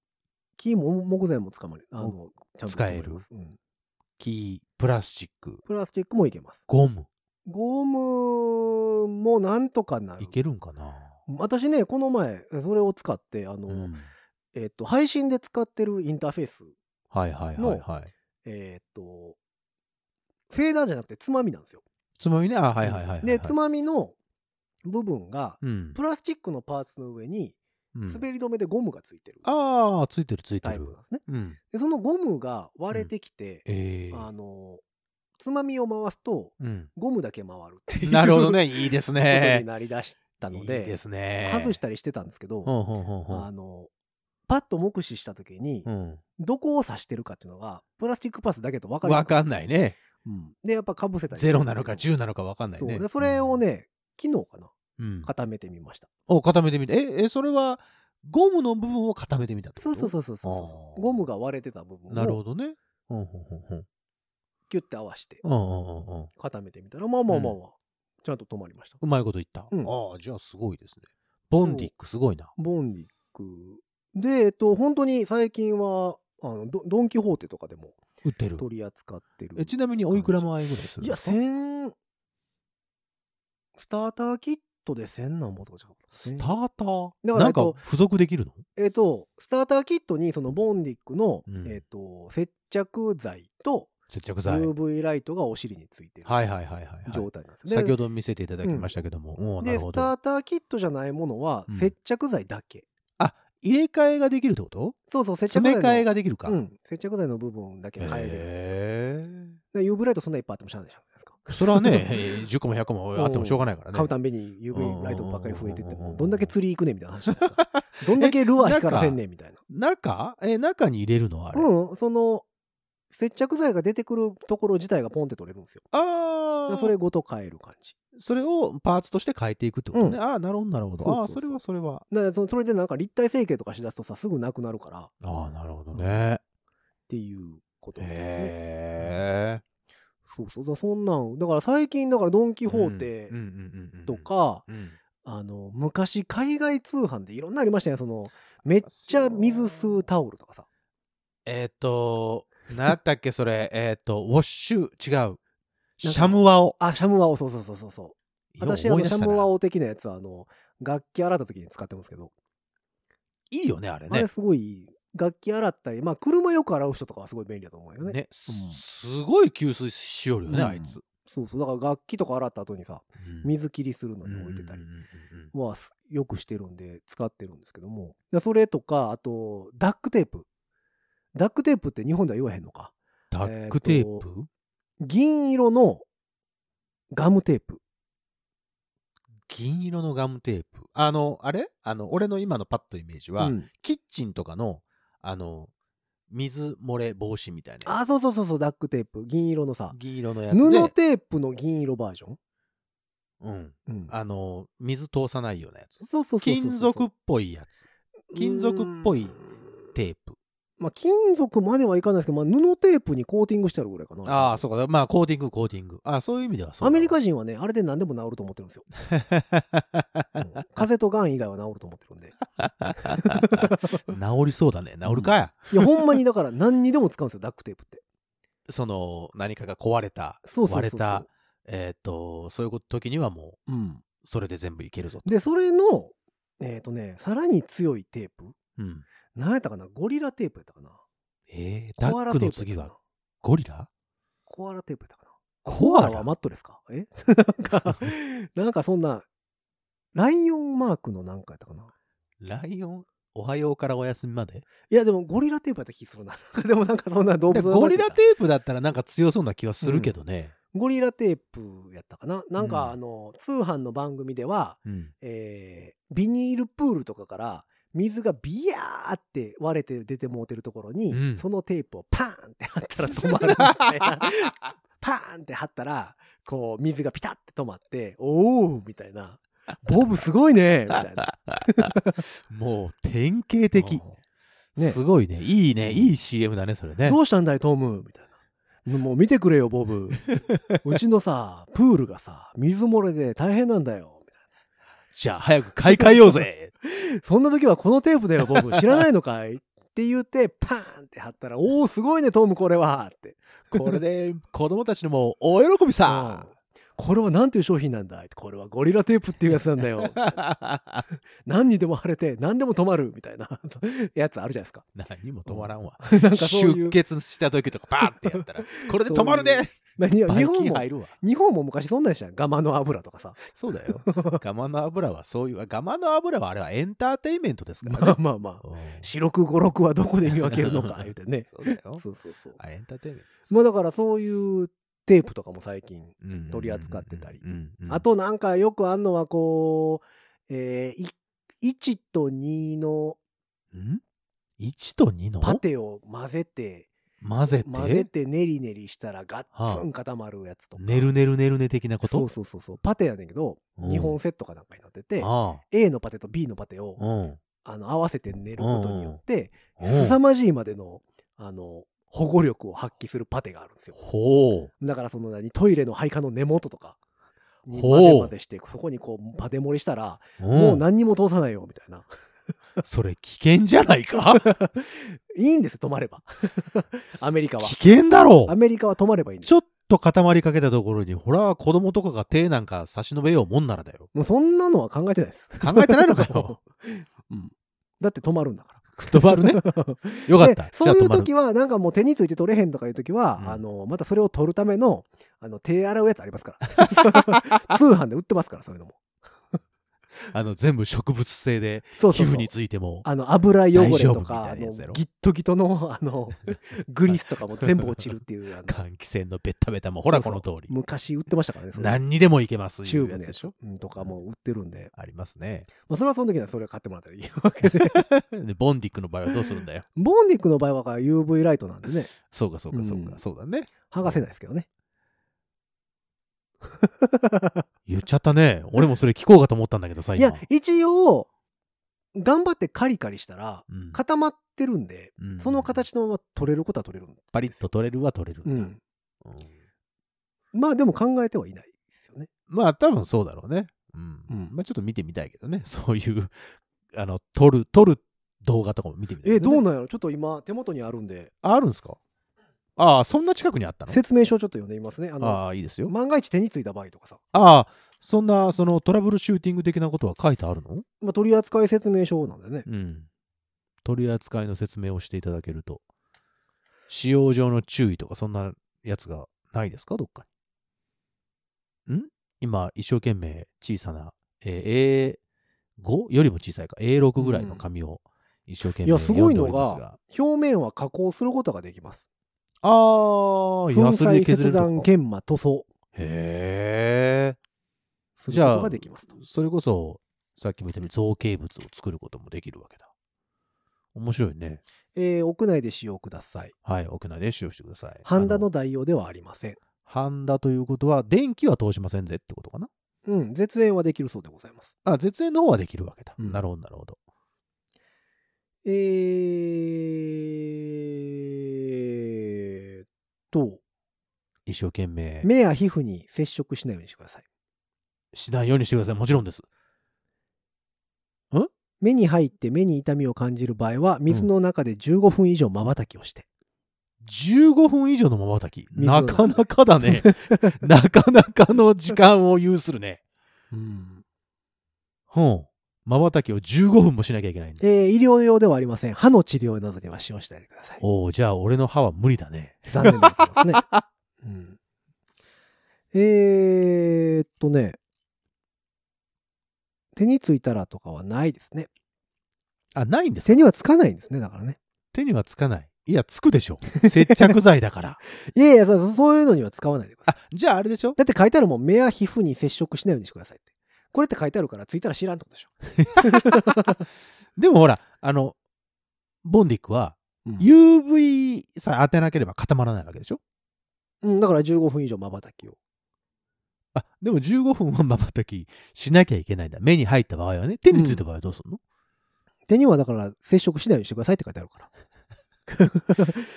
B: 木も木材も使まれあのちゃんと
C: 使える
B: 捕まりますうん
C: 木、プラスチック、
B: プラスチックもいけます
C: ゴム。
B: ゴムもなんとかなる
C: いけるんかな
B: 私ねこの前それを使ってあの、
C: うん。
B: えっと配信で使ってるインターフェース
C: はいはいはいはい。
B: えっとフェーダーじゃなくてつまみなんですよ、
C: つまみね。あ、はいはいはいはいはい。
B: でつまみの部分が
C: うん、
B: プラスチックのパーツの上に
C: うん
B: 滑り止めでゴムがついてる
C: ああ、ついてるついて
B: タイプ
C: る
B: なん。ですね
C: うん。
B: でそのゴムが割れてきて、
C: ええ
B: あのつまみを回すと [LAUGHS]
C: うん。
B: ゴムだけ回るっていう
C: なるほどね。いいです
B: こと
C: ね
B: に。なりだした
C: い
B: の
C: い
B: で
C: ですね。
B: 外したりしてたんですけど、
C: ほんほんほんほん
B: あのパッと目視した時に、
C: うん。
B: どこを指してるかっていうのがプラスチックパスだけだと分かる
C: わかんないね。
B: うんでやっぱかぶせたり
C: ゼロなのか
B: わ
C: 10なのかわかんないね。
B: そうでそれをね昨日かな
C: うん、うん
B: 固めてみました、
C: お、固めてみて。え、え、それはゴムの部分を固めてみたって
B: そうそう
C: う
B: そうそうそ
C: あー
B: うゴムが割れてた部分
C: なるほ
B: を
C: どね。ほんほんほんほん
B: キュッて合わせて
C: うんうんうんうん。
B: 固めてみたらまあまあまあまあ、ちゃんと止まりました
C: うまいこと言った。
B: うん
C: ああ、じゃあすごいですね。ボンディックすごいな。
B: ボンディックでえっと本当に最近はあのドドン・キホーテとかでも
C: 売ってる。
B: 取り扱ってる
C: えちなみにおいくら前ぐらいするん
B: い
C: で
B: や、
C: すか
B: 千、スターターキットで千何本とかじゃなかったです
C: ス
B: ね
C: ターター
B: だから
C: なん
B: え
C: か
B: っと
C: 付属できるの
B: えっ、と、スターターキットにそのボンディックの、
C: うん
B: えっ、と、接着剤と
C: 接着剤。はい
B: UV ライトがお尻についてる
C: はいはいはいはい。
B: 状態なんですよね。
C: 先ほど見せていただきましたけども、おー
B: で、
C: なるほ
B: ス
C: ど
B: ターターキットじゃないものは
C: うん
B: 接着剤だけ。
C: 入れ替えができるってこと
B: そうそう、接着
C: 詰
B: 剤
C: め
B: の。
C: 替えができるか、
B: うん、接着剤の部分だけ変えれるんですよ。
C: へ
B: で UV ライトそんないっぱいあってもしゃあないじゃないですか。
C: え
B: [LAUGHS]
C: それはねえー10個も100個もあってもしょうがないからね
B: 買うたんびに UV ライトばっかり増えてって
C: うんうんうんうん
B: もどんだけ釣り行くねんみたいな話じゃないですかどんだけルアー光らせんねんみたいな
C: 中え中に入れるのあれ、あ
B: うん、その接着剤が出てくるところ自体がポンって取れるんですよ。だか
C: あ
B: らそれごと変える感じ。
C: それをパーツとして変えていくってことね、
B: う
C: ああなるほどなるほ
B: そ
C: ど
B: うそうそう
C: ああそれはそれは
B: だからそのそれでなんか立体成形とかしだすとさすぐなくなるからっ
C: ああなるほどね
B: ていうことみたいですね。
C: へえ
B: そうそうだそんなんだから最近だからドン・キホーテ
C: うんうんうんうん
B: とか、
C: うん
B: あの昔海外通販でいろんなありましたねそのめっちゃ水吸うタオルとかさ
C: えっ、と何やったっ
B: [LAUGHS]
C: けそれえっ、とウォッシュ違うシャムワオ
B: あシャムワオそうそうそうそうそう私、あ
C: よう思
B: の、シ
C: い出し
B: ャン
C: た
B: ボワ
C: な
B: オ的なやつは、あの、楽器洗った時に使ってますけど、
C: いいよね、あれ
B: あ
C: ね
B: れ。すごい、楽器洗ったり、まあ、車よく洗う人とかはすごい便利だと思うよね。
C: ね、すすごい吸水しよるよね、
B: うん
C: あいつ。
B: そうそう。だから楽器とか洗った後にさ、
C: うん
B: 水切りするのに置いてたり
C: うんうんうんうん
B: は、すよくしてるんで、使ってるんですけども。でそれとか、あと、ダックテープ。ダックテープって日本では言わへんのか。
C: ダックテー
B: え
C: プ
B: 銀色のガムテープ。
C: 銀色のガムテープ。あの、あれあの、俺の今のパッとイメージは
B: う、ん
C: キッチンとかの、あの、水漏れ防止みたいなや
B: あ、そうそうそうそう、ダックテープ。銀色のさ
C: つ。、銀色のやつで。
B: 布テープの銀色バージョン。
C: うん。
B: うん
C: あの、水通さないようなやつ。
B: そうそうそうそうそう。
C: 金属っぽいやつ。金属っぽい
B: うん。
C: テープ。
B: まあ、金属まではいかないですけど、まあ、布テープにコーティングしてあるぐらいかな。
C: ああ、そうか。まあ、コーティング、コーティング。ああ、そういう意味ではそうだわ。
B: アメリカ人はね、あれで何でも治ると思ってるんです
C: [LAUGHS]
B: よ。うん風邪と癌以外は治ると思ってるんで。
C: [LAUGHS] 治りそうだね。治るかや。
B: い
C: [LAUGHS]
B: や、ほんまにだから何にでも使うんですよ、ダックテープって。
C: その、何かが壊れた、
B: そうそうそうそう
C: 割れた、えーっと、そういう時にはもう、それで全部いけるぞと。
B: で、それの、えっ、とね、さらに強いテープ。
C: うん。
B: 何やったかなゴリラテープやったかな
C: えー、ダ
B: コアラ
C: ック
B: テー
C: の
B: プや
C: 次
B: ったかな
C: はゴリラ
B: コアラテープやったかな
C: コ
B: コアラはマットレスかえ [LAUGHS] なんか、なんかそんな、ライオンマークのなんかやったかな
C: ライオンおはようからお休みまで
B: いや、でもゴリラテープやった気するな。でもなんかそんな動物の名前
C: ゴリラ
B: やった
C: テープだったらなんか強そうな気はするけどね。
B: ゴリラテープやったかななん
C: うん
B: かあの、通販の番組では、
C: うん。
B: えービニールプールとかから水がビヤーって割れて出てもうてるところに、
C: うん
B: そのテープをパーンって貼ったら止まるみたい
C: [LAUGHS]
B: なパーンって貼ったらこう水がピタッて止まって「おお!」みたいな「ボブすごいね!」みたいな。
C: もう典型
B: [LAUGHS]
C: 的。
B: ね
C: すごいね。いいね。いい CM だね、それね。
B: どうしたんだいトムみたいな。もう見てくれよボ
C: [LAUGHS]
B: ブ。うちのさプールがさ水漏れで大変なんだよ。みたい
C: じゃあ早く買い替えようぜ。
B: [LAUGHS] なそんな時はこのテープだよボブ知らないのかいって言って [LAUGHS] パーンって貼ったら「おおすごいねトムこれは!」って。
C: これで子供たちのもう大喜びさ。
B: これはなんていう商品なんだいこれはゴリラテープっていうやつなんだ [LAUGHS] よ。何にでも腫れて何でも止まるみたいな [LAUGHS] やつあるじゃない [LAUGHS] ですか。
C: [LAUGHS] 何も止まらんわ。
B: なんかそうい
C: 出
B: う。
C: 血した時とかバーって
B: [LAUGHS]
C: やったら、これで止まるね。
B: 何
C: バ
B: 日
C: イ
B: 本
C: キン
B: も
C: 入、るわ。
B: 日本も昔そんなんでしたよ。ガマの油とか [LAUGHS] さ。
C: そうだよ。ガマの油はそういう、ガマの油はあれはエンターテインメントですから
B: ま
C: ね
B: あ。まあまあ。
C: うん。
B: 四六五六はどこで見分けるのか、言うてね
C: [LAUGHS] そうだ
B: [LAUGHS]
C: よ。
B: そうそうそう。
C: あエンターテインメン
B: まあだからそういうテープとかも最近。
C: トうん。
B: 取り扱ってたり
C: うんうん
B: あ、となんかよくあんのはこう、えー、い1と2の
C: ん ?1 と2の
B: パテを混ぜて、
C: 混ぜて
B: 混ぜて練り練りしたらガッツン固まるやつとか。
C: ねるねるねるね的なこと
B: そうそうそうそう。パテやねんけど、
C: うん
B: 2本セットかなんかになってて、
C: あ
B: A のパテと B のパテを
C: あ。うん。
B: あの合わせて練ることによって、
C: うん
B: 凄まじいまでの、あの、保護力を発揮するパテがあるんですよ。
C: ほう。
B: だからその何、トイレの配管の根元とか。に
C: ほう
B: 混ぜ混ぜして、そこにこう、パテ盛りしたら、も
C: も
B: う何にも通さないよ、みたいな。
C: それ危険じゃな
B: [LAUGHS]
C: いか
B: いいんです、止まれ
C: [LAUGHS]
B: ば。アメリカは
C: 危。険だろ
B: ア
C: う
B: メリカは止まればいいんです
C: ち。ょっと固まりかけたところに、ほら、子供とかが手なんか差し伸べようもんならだよ。
B: もうそんなのは考えてないです。
C: 考えてないのかよ。
B: [LAUGHS] うん。だって止まるんだか
C: 止ま
B: [LAUGHS]
C: るね。
B: ら。
C: よかった
B: で。そういう
C: じゃあ止まる
B: 時は、なんかもう手について取れへんとかいう時は、
C: うん
B: あの、またそれを取るための、あの、手洗うやつあります
C: [LAUGHS]
B: から。通販で売ってますから、そういうのも。
C: あの、全部植物性で、
B: そう
C: 皮
B: そうそう
C: 膚についても。
B: あの、油汚れとか、あ
C: 大丈夫みたいなや
B: の、
C: つやろ
B: ギットギトの、あ
C: [LAUGHS]
B: の、グリスとかも全部落ちるっていう、あの
C: 換気扇のベタベタも、 [LAUGHS] ほら、こ
B: そうそ
C: の
B: う
C: 通り。
B: 昔売ってましたからね、それ
C: 何にでもいけます。
B: チュー
C: いう
B: ブ
C: や
B: の
C: つ
B: や
C: で
B: つ
C: しょ
B: うんとかも売ってるんで、
C: ありますね。
B: まあ、それはその時にはそれを買ってもらったらいいわ
C: [LAUGHS]
B: けで。
C: でボンディックの場合はどうするん
B: [LAUGHS]
C: だよ。
B: ボンディックの場合は UV ライトなんでね、
C: そうかそうかそうか、
B: うん
C: そうだね。
B: 剥がせないですけどね。
C: 言っちゃったね。俺もそれ聞こうかと思ったんだけどさ、
B: い
C: 今。
B: や、一応、頑張ってカリカリしたら、
C: うん
B: 固まってるんで、
C: うん
B: その形のまま取れることは取れるんですよ
C: パリッと取れるは取れるんだ
B: う
C: うん
B: ん。まあでも考えてはいないですよね。
C: まあ多分そうだろうね。うん。
B: うん
C: まあちょっと見てみたいけどね。 [LAUGHS] そういう、あの、撮る、撮る動画とかも見てみたい、
B: え、どう
C: な
B: なんやろちょっと今手元にあるんで、
C: ああるんですかああ、そんな近くにあったの
B: 説明書をちょっと読んでみますね。あの、
C: ああ、いいですよ。
B: 万が一手についた場合とかさ。
C: ああ、そんな、そのトラブルシューティング的なことは書いてあるの
B: まあ、取扱説明書なんだよね。
C: うん。取り扱いの説明をしていただけると。使用上の注意とか、そんなやつがないですかどっかに。ん今、一生懸命小さな、えー A5 よりも小さいか、A6 ぐらいの紙を一生懸
B: い
C: 命
B: や、す
C: 読
B: ごい
C: んでお
B: の
C: りますが。
B: が、表面は加工することができます。
C: あー、
B: 粉
C: ヤスリで
B: 砕、
C: 削
B: 切
C: れると
B: 断、
C: か。
B: 研磨、塗装
C: へ
B: す
C: ー。
B: ることができますと。
C: それこそ、さっきも言ったように造形物を作ることもできるわけだ。面白いね。
B: えー屋内で使用ください。
C: はい、屋内で使用してください。
B: ハンダ
C: あ
B: の代用ではありません。
C: ハンダということは、電気は通しませんぜってことかな。
B: うん、絶縁はできるそうでございます。
C: あ、絶縁の方はできるわけだ。
B: うん
C: なるほど、なるほど。
B: えーっと、
C: 一生懸命、
B: 目や皮膚に接触しないようにしてください。
C: しないようにしてください。もちろんです。
B: 目に入って目に痛みを感じる場合は、水の中で15分以上瞬きをして。
C: 15分以上のまばたき。
B: 水の
C: な
B: 中
C: かなかだ [LAUGHS] ね。なかなかの時間を有するね。
B: うん
C: うん。まばたきを15分もしなきゃいけないんだ。
B: えー医療用ではありません。歯の治療などには使用しないでください。
C: おおじゃあ俺の歯は無理だね。
B: 残念でございますね。 [LAUGHS] うん、えーっとね、手についたらとかはないですね。
C: あ、ないんです
B: 手にはつかないんですね、だからね。
C: 手にはつかない。いや、つくで [LAUGHS] しょ。接着剤だから。
B: いやいや、そうそういうのには使わないでください。
C: あ、じゃああれでしょ
B: だって書いてあるもん、目や皮膚に接触しないようにしてくださいって。これって書いてあるから、ついたら知らんってことでしょ。
C: でもほら、あの、ボンディックは
B: うん
C: UV さえ当てなければ固まらないわけでしょ
B: うん、だから15分以上瞬きを。
C: あ、でも15分はまばたきしなきゃいけないんだ。目に入った場合はね。手についた場合はどうするの、
B: 手にはだから接触しないようにしてくださいって書いてあるから。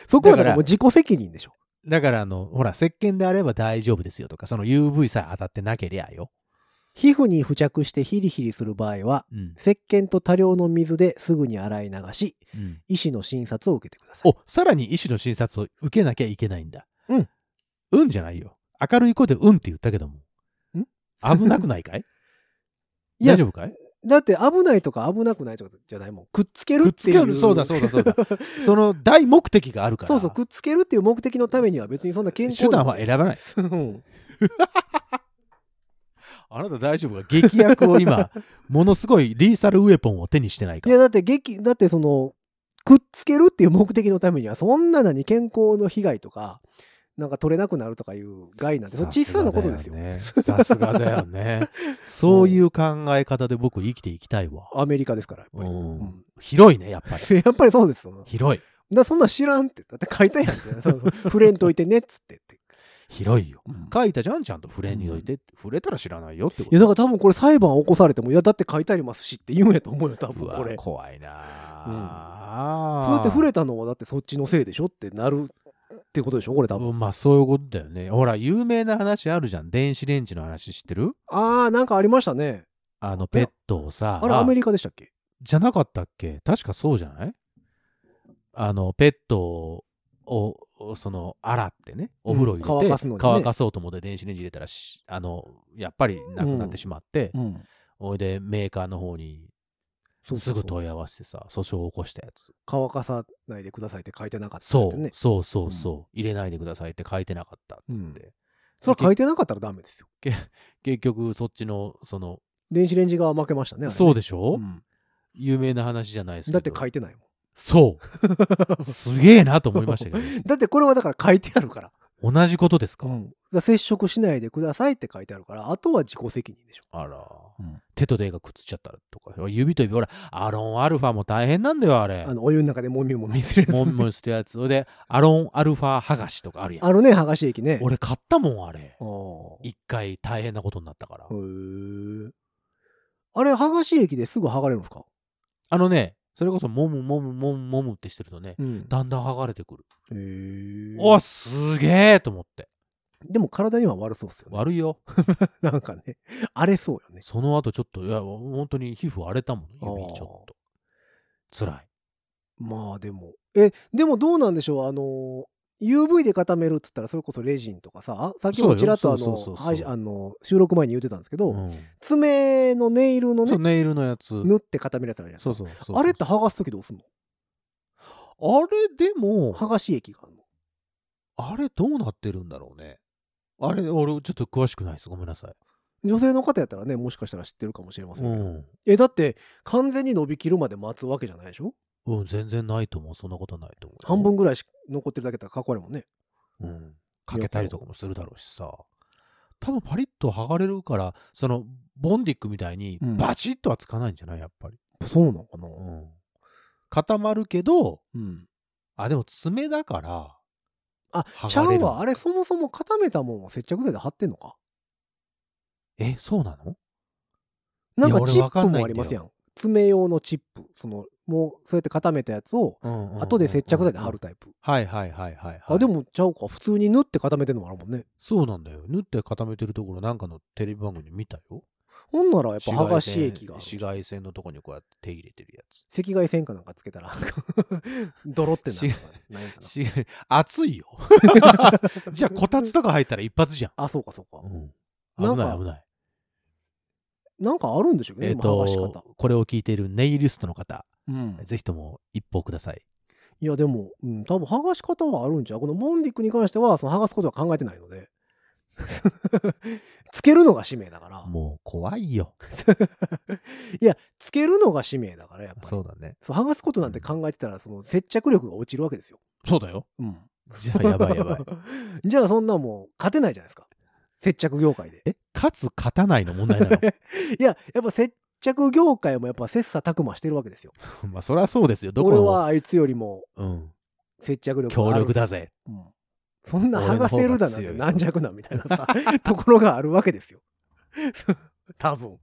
B: そこはだからもう [LAUGHS] 自己責任でしょ。
C: だからあの、ほら、石鹸であれば大丈夫ですよとか、その UV さえ当たってなけりゃよ。
B: 皮膚に付着してヒリヒリする場合は、
C: うん。
B: 石鹸と多量の水ですぐに洗い流し、
C: うん、
B: 医師の診察を受けてください。
C: お、さらに医師の診察を受けなきゃいけないんだ。
B: うん。
C: うんじゃないよ。明るい声でうんって言ったけども。
B: ん
C: 危なくないかい
B: いや
C: 大丈夫 [LAUGHS] かい
B: だって危ないとか危なくないとかじゃないもん。くっつける
C: く
B: っ
C: っつ
B: て
C: け
B: いう。
C: るそうだそうだそう [LAUGHS] だその大目的があるから
B: そうそう、くっつけるっていう目的のためには別にそんな健康
C: 手
B: [LAUGHS]
C: 段は選ばない
B: 選ぶ。
C: あなた大丈夫か劇薬
B: [LAUGHS]
C: を今ものすごいリーサルウェポンを手にしてないか
B: いや、だって劇、だってその、くっつけるっていう目的のためには、そんな何健康の被害とか、なんか取れなくなるとかいう害なんて、それ小さなことですよ。
C: さすがだ
B: [LAUGHS]
C: よねそういう考え方で僕生きていきたいわ
B: アメリカですから、やっぱり。
C: うん
B: うん [LAUGHS]
C: 広いねやっぱり
B: やっぱりそうですよ。だか
C: 広い
B: らそんなん知らんって、だって書いたやん
C: [LAUGHS]
B: って。そうそう触れんといてねっつってって。
C: 広いよ
B: うん
C: 書いたじゃんちゃんと触れにおいて、触れたら知らないよってこ
B: い
C: と
B: やだから多分これ裁判起こされても、いやだって書いてありますしって言うんやと思うよ、多
C: う
B: 分
C: わ
B: これ。
C: 怖いなあ、
B: そうやって触れたのはだってそっちのせいでしょってなるってことでしょ、これ多分。
C: うんまあそういうことだよね。ほら、有名な話あるじゃん。電子レンジの話知ってる
B: あー、なんかありましたね。
C: あのペットをさ。
B: あれアメリカでしたっけ
C: じゃなかったっけ確かそうじゃないあの、ペットを、をその、洗ってね、お風呂入れて、
B: うん乾かすのにね
C: 乾かそうと思って電子レンジ入れたらし、あの、やっぱりなくなってしまって、
B: うん。
C: おいでメーカーの方に
B: そう
C: す
B: そうそう
C: ぐ問い合わせてさ、訴訟を起こしたやつ。
B: 乾かさないでくださいって書いてなかった
C: そ
B: って
C: う
B: ね、。
C: そうそうそう、入れないでくださいって書いてなかったっつって。
B: それは書いてなかったらダメですよ。
C: 結局、そっちの、その、
B: 電子レンジ側負けましたね。あれね
C: そうでしょ、
B: うん
C: 有名な話じゃないですけ
B: だ
C: ど
B: って書いてないもん。
C: そう
B: [LAUGHS]
C: すげえなと思いましたけ
B: だってこれはだから書いてあるから。
C: ど同じことですか、
B: うんだから接触しないでくださいって書いてあるから、あとは自己責任でしょ。
C: あら、
B: うん
C: 手と手がくっついちゃったとか指と指ほらアロンアルファも大変なんだよあれ
B: あの、お湯の中でもみもみするやつね
C: [LAUGHS] もみもみするやつでアロンアルファ剥がしとかあるやん
B: あのね、剥がし液ね。
C: 俺買ったもんあれ
B: あー
C: 一回大変なことになったから、
B: へえ。あれ、剥がし液ですぐ剥がれるんですか
C: あのねそれこそもむもむもむもむってしてるとね、
B: うん。
C: だんだん剥がれてくる、
B: へえ。
C: おすげえと思って
B: でも体には悪そうっすよね。
C: 悪いよ
B: なんかね、荒れそうよね。
C: その後ちょっといや本当に皮膚荒れたもん指ちょっと辛い
B: まあでも。え、でもどうなんでしょうあの、 UV で固めるっつったらそれこそレジンとかささっきもちらっとあ
C: そうよそ
B: の
C: うそうそうそう
B: 配信あの収録前に言ってたんですけど、
C: うん
B: 爪のネイルの
C: そう
B: ね
C: ネイルのやつ。
B: 縫って固めるやつあるじゃないですか
C: そうそうそうそう
B: あれって剥がす時どうすんの
C: あれでも、
B: 剥がし液があるの
C: あれどうなってるんだろうね。あれ、俺ちょっと詳しくないです。ごめんなさい。
B: 女性の方やったらねもしかしたら知ってるかもしれません
C: う
B: けど、
C: ん。
B: えだって完全に伸びきるまで待つわけじゃないでしょ
C: うん、全然ないと思う。そんなことないと思う。
B: 半分ぐらいし残ってるだけだからかっこ悪いもんね
C: うん、かけたりとかもするだろうしさ多分パリッと剥がれるからそのボンディックみたいに
B: うん
C: バチッとはつかないんじゃないやっぱり、
B: そうなのかな
C: うん、固まるけど
B: うん
C: あでも爪だから
B: あちゃ
C: 剥がれ
B: う
C: る
B: わあれそもそも固めたもんは接着剤で貼ってんのか
C: えそうなの
B: なん
C: いや
B: か
C: 俺
B: チッ
C: わか
B: プ
C: んない
B: もあり
C: んだよ
B: ますやん爪用のチップそのもうそうやって固めたやつを後で接着剤で貼るタイプ、
C: はいはいはいはい、はい、
B: あでもちゃうか普通に縫って固めてるのもあるもんね
C: そうなんだよ縫って固めてるところなんかのテレビ番組で見たよ
B: ほんならやっぱ剥がし液がある
C: 紫外線のとこにこうやって手入れてるやつ
B: 赤外線かなんかつけたら [LAUGHS] ドロってなるのかなないんかな
C: し熱
B: [LAUGHS]
C: いよじゃあこたつとか入ったら一発じゃん
B: あそうかそうか、な
C: 危
B: んか
C: ない危ない。
B: なんかあるんでしょうね、
C: えっ、
B: 剥がし方
C: と、、これを聞いているネイリストの方、
B: うん、
C: ぜひとも一報ください。
B: いやでも、うん、多分剥がし方はあるんちゃうこのモンディックに関してはその剥がすことは考えてないので [LAUGHS] つけるのが使命だから、
C: もう怖いよ。
B: いやつけるのが使命だからやっぱり
C: そうだね。
B: [LAUGHS] そう剥がすことなんて考えてたらその接着力が落ちるわけですよ、
C: そうだよ。
B: うん、
C: じゃ
B: [LAUGHS]
C: あやばいやばい。
B: じゃあそんなもう勝てないじゃないですか接着業界で
C: え、勝つ勝たないの問題
B: [LAUGHS]
C: なの
B: いややっぱ接着業界もやっぱ切磋琢磨してるわけですよ
C: まあそりゃそうですよ。どこ
B: 俺
C: の
B: はあいつよりも
C: うん、
B: 接着力
C: 強
B: がある
C: 力だぜ。
B: うんそんな剥がせるだなんて
C: 俺の方が強い
B: 軟弱なみたいなさ [LAUGHS] ところがあるわけですよ [LAUGHS] 多分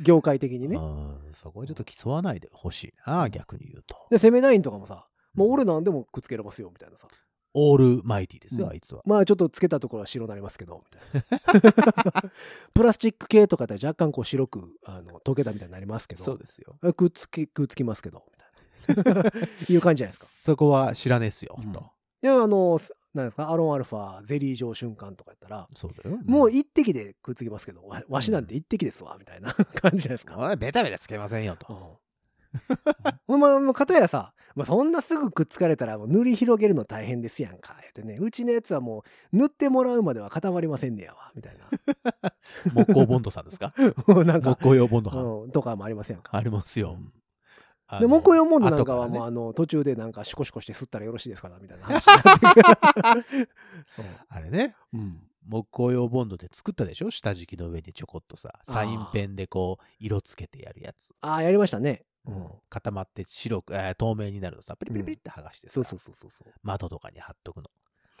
B: 業界的にね
C: うんそこはちょっと競わないでほしいな、逆に言うと。
B: で攻めナインとかもさもう俺なんでもくっつけれますよみたいなさ
C: オールマイティですよ、
B: うん
C: あいつは。
B: まあちょっとつけたところは白になりますけどみたいなプラスチック系とかだったら若干こう白くあの溶けたみたいになりますけど
C: そうですよ。
B: くっつきくっつきますけどみたいないう感じじゃないですか
C: [LAUGHS] そこは知らねえっすよ、
B: うん
C: と。
B: であのなんですかアロンアルファゼリー状瞬間とかやったら
C: そうだよ。
B: もう
C: いい。
B: 一滴で食いつきますけど、わわしなんて一滴ですわ、みたいな [LAUGHS] 感じじゃないですか。
C: おいベタベタつけませんよ、
B: [LAUGHS]
C: と。
B: うん、まあ、まあ、片やさ、まあ、そんなすぐくっつかれたらもう塗り広げるの大変ですやんか。言ってね、うちのやつはもう塗ってもらうまでは固まりませんねやわ、みたい
C: 木工ボンドさんですか
B: [LAUGHS] な。なんか
C: 木、工用ボンドさん。
B: うん、とかもありませんやんか。
C: ありますよ。
B: で、木曜モンドなんかは
C: は
B: もう、
C: ね、
B: あの、途中でなんかシコシコして吸ったらよろしいですから、みたいな話になって [LAUGHS] くる
C: あれね、
B: うんうん
C: 木工用ボンドで作ったでしょ下敷きの上にちょこっとさ、
B: あー
C: サインペンでこう、色つけてやるやつ。
B: ああ、やりましたね。うん。
C: 固まって白く、えー透明になるとさ、ピリピリピリって剥がしてさ、
B: そうそうそうそうそう。
C: 窓とかに貼っとく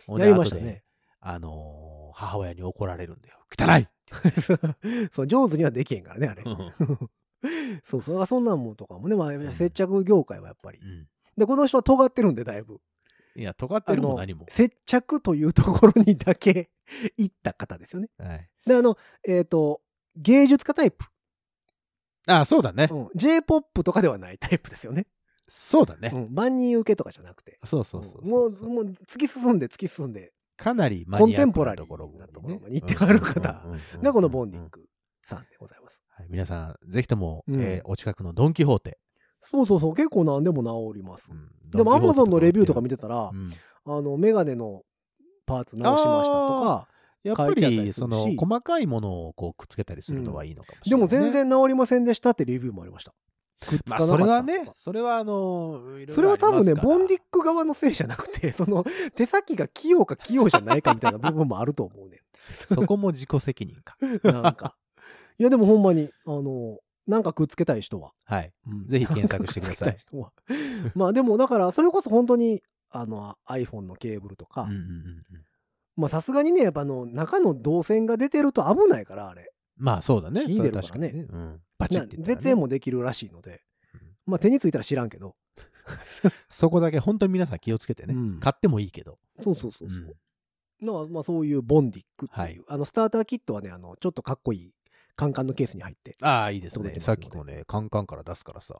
C: の。
B: やりました
C: 俺後で
B: ね。
C: あのー母親に怒られるんだよ。汚い
B: [LAUGHS] そう上手にはできへんからねあれ [LAUGHS] そうそうそんなんもんとかもね、ま
C: ん
B: あ、接着業界はやっぱり
C: うん
B: でこの人は尖ってるんでだいぶ
C: いや、尖って
B: あ
C: るも
B: の
C: 何も。
B: 接着というところにだけ [LAUGHS] 行った方ですよね
C: はい、
B: であのえっ、と芸術家タイプ、
C: あ、そうだね。
B: うん、j p o p とかではないタイプですよね、
C: そうだね
B: う。ん、万人受けとかじゃなくて
C: そうそうそう
B: も
C: そうう。
B: もう突き進んで突き進んで
C: かなりマニアック
B: コンテンポラ
C: な
B: リー
C: ところ
B: なとこ
C: に
B: ろ
C: ね
B: に行ってはる方
C: うんうんうんうんうん
B: がこのボンディックさんでございます、
C: はい、皆さん、ぜひとも、
B: うん
C: えーお近くのドン・キホーテ。
B: そうそうそう結構何でも治ります、
C: うん
B: でもアマゾンのレビューとか見
C: て
B: てたら、
C: うん
B: あの、メガネのパーツ直しましたとか、
C: やっぱ
B: 書いてあったりする
C: り、
B: し
C: その、細かいものをこうくっつけたりするのはいいのかも
B: で
C: しれな
B: も
C: い、ね
B: 全、然治りませんでしたってレビューもありました。くっつ
C: ま
B: かな
C: あ、
B: かった
C: それ
B: とか
C: はね、それはあの、いろいろ
B: それは多分
C: あ
B: ね、
C: りますから
B: ボンディック側のせいじゃなくて、 [LAUGHS] その、手先が器用か器用じゃないかみたいな部分もあると思うね。
C: そこも自己責任か。
B: なん
C: [LAUGHS]
B: か。いや、でもほんまに、あの、なんかくっつけたい人は。
C: はい。
B: うん
C: ぜひ検索してください
B: なんかくっつけたい人は [LAUGHS] まあでも、だから、それこそ本当に、あの、iPhone のケーブルとか、
C: うんうんうんうん
B: まあさすがにね、やっぱあの、中の導線が出てると危ないから、あれ。
C: まあ、そうだね。
B: 火
C: そ
B: 出
C: れ
B: る
C: は
B: からね
C: 確かにね。うんバチ
B: な
C: ッて、ね。
B: 絶縁もできるらしいので、
C: うん
B: まあ手についたら知らんけど
C: そこだけ本当に皆さん気をつけてね。
B: うん
C: 買ってもいいけど。
B: そうそうそううそう、
C: ん
B: のまあそういうボンディックっていう、
C: はい
B: あのスターターキットはねあのちょっとかっこいいカンカンのケースに入って、
C: ああ、いいです
B: 届
C: ね。
B: きます
C: さ
B: の
C: っ
B: で
C: きこうね、カンカンから出すからさ、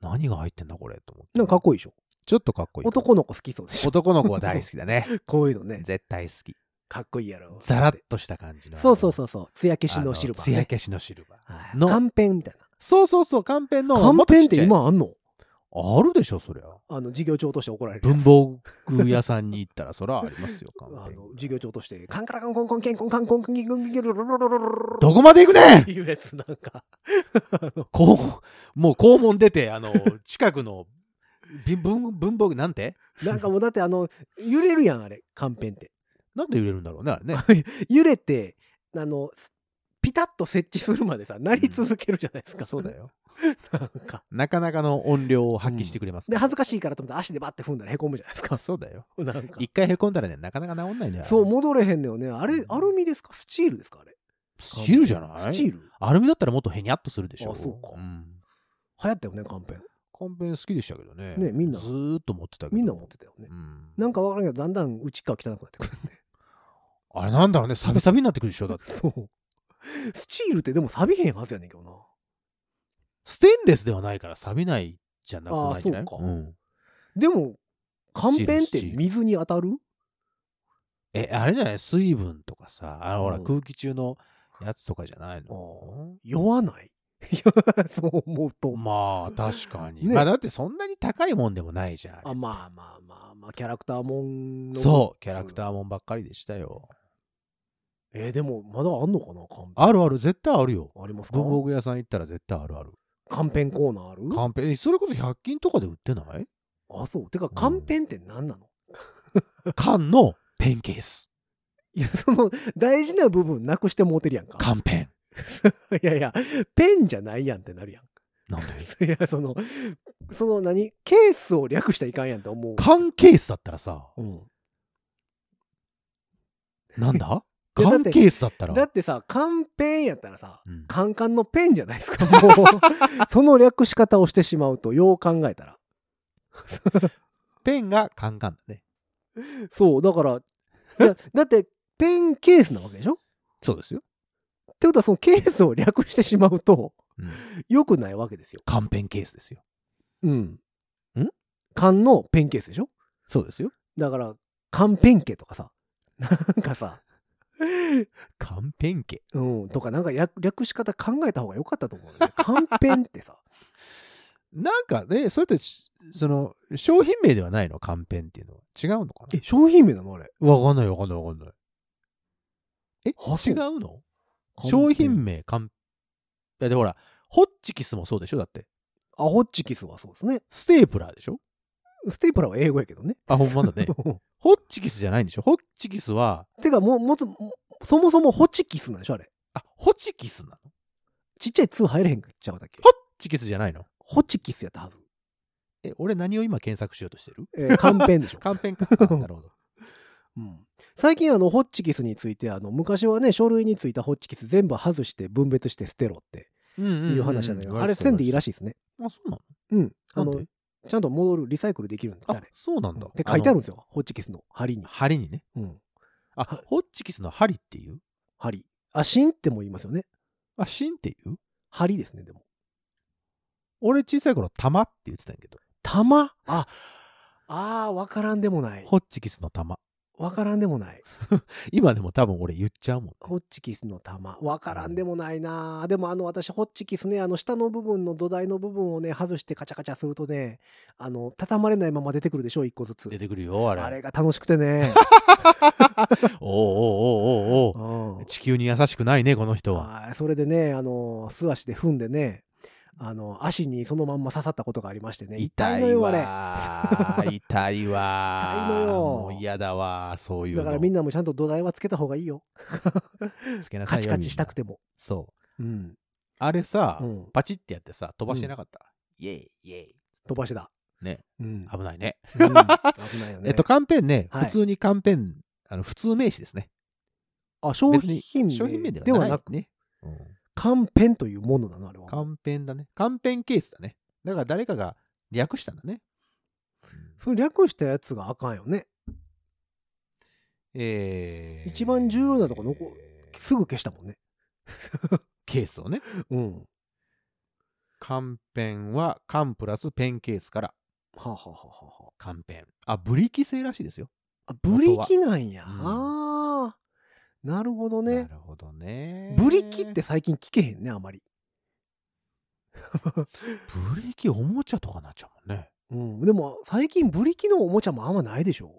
C: 何が入ってんだこれと思って。
B: なんかかっこいいでしょ
C: ちちょっとかっこいい。
B: 男の子好きそうでしょ。
C: 男の子は大好きだね。
B: [LAUGHS] こういうのね、
C: [LAUGHS] 絶対好き。
B: かっこいいやろ。
C: ザラッとした感じの。
B: そうそう
C: う。
B: そうそう。艶消し
C: あ
B: の
C: の
B: シルバー、
C: 艶
B: ね。
C: 消しのシルバー。
B: はい
C: の
B: 缶ペンみたい
C: そうそうそう、カンペンの。
B: な。缶ペンって
C: も
B: 今
C: っ
B: あ
C: とちっ
B: んの
C: ちゃいやつあるでしょ、そりゃ。
B: あの、授業長として怒られるや
C: 文
B: つ。
C: 房具屋さんに行ったら、そらありますよ、カン
B: [LAUGHS] あ
C: ペン
B: の、授業長として、カンカラカンコンコンケンコンカンコンコンキンコンキンキンコンコンコンコンコンコンコン
C: どこまで行くねん
B: いうやつなんか。
C: 校門もう校門出
B: [LAUGHS]
C: て、あの、近くのび文文房具なんて
B: なんかもうだってあの、揺れるやん、あれ、缶ペンって。
C: なんで揺れるんだろうね、あれね。
B: 揺れて、あの、ピタッと設置するまでさ、なり続けるじゃないですか。
C: そうだ。よ。
B: なんか。
C: なかなかの音量を発揮してくれますか
B: で、
C: ら、
B: 恥ずかしいからと思って足でバッて踏んだらへこむじゃないですか。
C: そうだよ。
B: なんか
C: 一。回へこんだらね、なかなか治んないんだよ。
B: そう、戻れへんのよね。あれ
C: う、ん
B: アルミですかスチールですかあれ。
C: スチールじゃない
B: スチール
C: アルミだったらもっとへにゃっとするでしょ。
B: あそうか
C: ん。
B: 流行ったよね、カンペン。
C: 缶ペン好きでしたけどね。
B: ねみんな
C: ずーっと持ってたけど。
B: みんな持ってたよね。
C: うん。
B: なんかわからんけど、だんだん内側汚くなってくるね。
C: あれなんだろうね、サビサビになってくるでしょ。だっ
B: [LAUGHS]
C: て。
B: そう。スチールってでも錆びへんはずやねんけどな。
C: ステンレスではないから錆びないじゃなく
B: あー
C: ないじゃない
B: そうか
C: ん
B: でも、カンペンって
C: スチールスチール
B: 水に当たる
C: え、あれじゃない水分とかさ、あのほら、
B: うん
C: 空気中のやつとかじゃない
B: あ
C: の
B: 酔わない [LAUGHS] いやそう思うと。
C: まあ、確かに。
B: ね
C: まあ、だってそんなに高いもんでもないじゃん。
B: あ、まあまあまあまあ、キャラクターもんの。
C: そう、キャラクターもんばっかりでしたよ。
B: えーでも、まだあんのかなカンペン。
C: あるある、絶対あるよ。
B: ありますか
C: 文房具屋さん行ったら絶対あるある。
B: カンペンコーナーある
C: カンペン、それこそ100均とかで売ってない
B: あ、そう。てか、カンペンって何なの
C: 缶のペンケース。
B: いや、その、大事な部分なくしてもうてるやんか。
C: 缶ペン。
B: [LAUGHS] いやいや、ペンじゃないやんってなるやん。 [LAUGHS]
C: なんで [LAUGHS]
B: いや、その、その何ケースを略したらいかんやんと思う。
C: 缶ケースだったらさ、
B: うん。
C: なん [LAUGHS] だ
B: いやだっ
C: 缶
B: て
C: ケースだったら。
B: だってさ、カンペンやったらさ、
C: うん
B: カンカンのペンじゃないですか。
C: [LAUGHS]
B: もう、その略し方をしてしまうと、よう考えたら。
C: ペンが缶缶だね。
B: そう、だから、いやだって、ペンケースなわけでしょっ
C: そうですよ。
B: てことは、そのケースを略してしまうと、
C: うん
B: 良くないわけですよ。
C: 缶ペンケースですよ。
B: うん。
C: ん
B: 缶のペンケースでしょ
C: そうですよ。
B: だから、缶ペンケとかさ、なんかさ、
C: 缶ペンケ。
B: うん、とか、なんか略略し方考えた方が良かったと思う、ね。
C: [LAUGHS]
B: 缶ペンってさ、
C: なんかね、それってし、その、商品名ではないの缶ペンっていうのは。違うのか
B: え、商品名なのあれ。
C: なわかんないわかんないわかんない。え
B: あそ
C: 違
B: う
C: うの商品。名缶。だってほら、ホッチキスもそうでしょだって。
B: あ、ホッチキスはそうですね。
C: ステープラーでしょ
B: ステープラーは英語やけどね。。
C: あ、ほんまだね [LAUGHS] ホッチキスじゃないんでしょホッチキスは、
B: [LAUGHS] てか、もう、もつ、そもそもホチキスなんでしょあれ。
C: あ、ホチキスなのホッ
B: ちっちゃい2入れへんちゃうだっけ
C: チキスじゃないの
B: ホチキスやったはず。
C: え、俺何を今検索しようとしてる [LAUGHS]
B: えー、缶ペンでしょ。
C: 缶ペン [LAUGHS] か。あなるほど。
B: うん、最近あのホッチキスについてあの昔はね書類についたホッチキス全部外して分別して捨てろって
C: うんうん
B: いう話なんだけど、あれ線でいいら
C: し
B: しいですね
C: い。あ、そうなの
B: うんあ
C: なん
B: の
C: で
B: ちゃんと戻るリサイクルできるんだってあ
C: あ
B: れ、
C: そうなんだ。
B: って書いてあるん
C: の
B: ですよホッチキスの針に、
C: 針にね。
B: うん、
C: あ、ホッチキスの針っていう
B: 針あ芯っても言いますよね
C: あ、芯っていう
B: 針ですねでも
C: 俺小さい頃、玉って言ってたんやけど。
B: 玉ああーわからんでもない
C: ホッチキスの玉。
B: わからんでもない
C: 今でも多分俺言っちゃうもん。
B: ホッチキスの玉わからんでもないなでもあの私ホッチキスねあの下の部分の土台の部分をね外してカチャカチャするとねあの畳まれないまま出てくるでしょ一個ずつ
C: 出てくるよ、あれ。
B: あれが楽しくて
C: [LAUGHS]
B: ね、う
C: おおうおうおうおうお
B: ん
C: う、地球に優しくないね、この人は。
B: はいそれでねあの素足で踏んでねあの足にそのまんま刺さったことがありましてね痛いのよあれだ
C: わー。痛いわ
B: 痛い
C: ー。
B: のよ
C: もう嫌だわー、そういうの。
B: からみん
C: な
B: なもちゃんと土台はつけた方がいいよ
C: つけなさ
B: カ
C: いよ
B: チカチしたく。ても
C: みんなそう。
B: うん、
C: あれさ、
B: うん
C: パチってやってさ、飛ばしてなかった。イェイイェイ。
B: 飛ばしだ
C: ね
B: うん、
C: 危ないね。
B: うん危ないよね
C: えっと、カンペンね、
B: はい
C: 普通にカンペン、あの、普通名詞ですね。
B: あ商
C: 別に
B: 品
C: 商品名
B: 名
C: で
B: で
C: は
B: は
C: な
B: ないく
C: ね。
B: カンペンというものなのあれは
C: カンペンだね。カンペンケースだね。だから誰かが略したんだね。
B: その略したやつがあかんよね
C: えー
B: 一番重要なとこ残すぐ消したもんね
C: ケースをね。
B: うん
C: カンペンはカンプラスペンケースから
B: はあ、はあはあはあは
C: カンペン。あ、ブリキ製らしいですよ。
B: あ、あブリキなんや。
C: うん
B: ああ。なるほど
C: な
B: ね。
C: るほどね。
B: ブリキって最近聞けへんね、あまり。
C: ブリキおもちゃとかになっちゃうもんね。
B: うん。でも、最近ブリキのおもちゃもあんまないでしょ。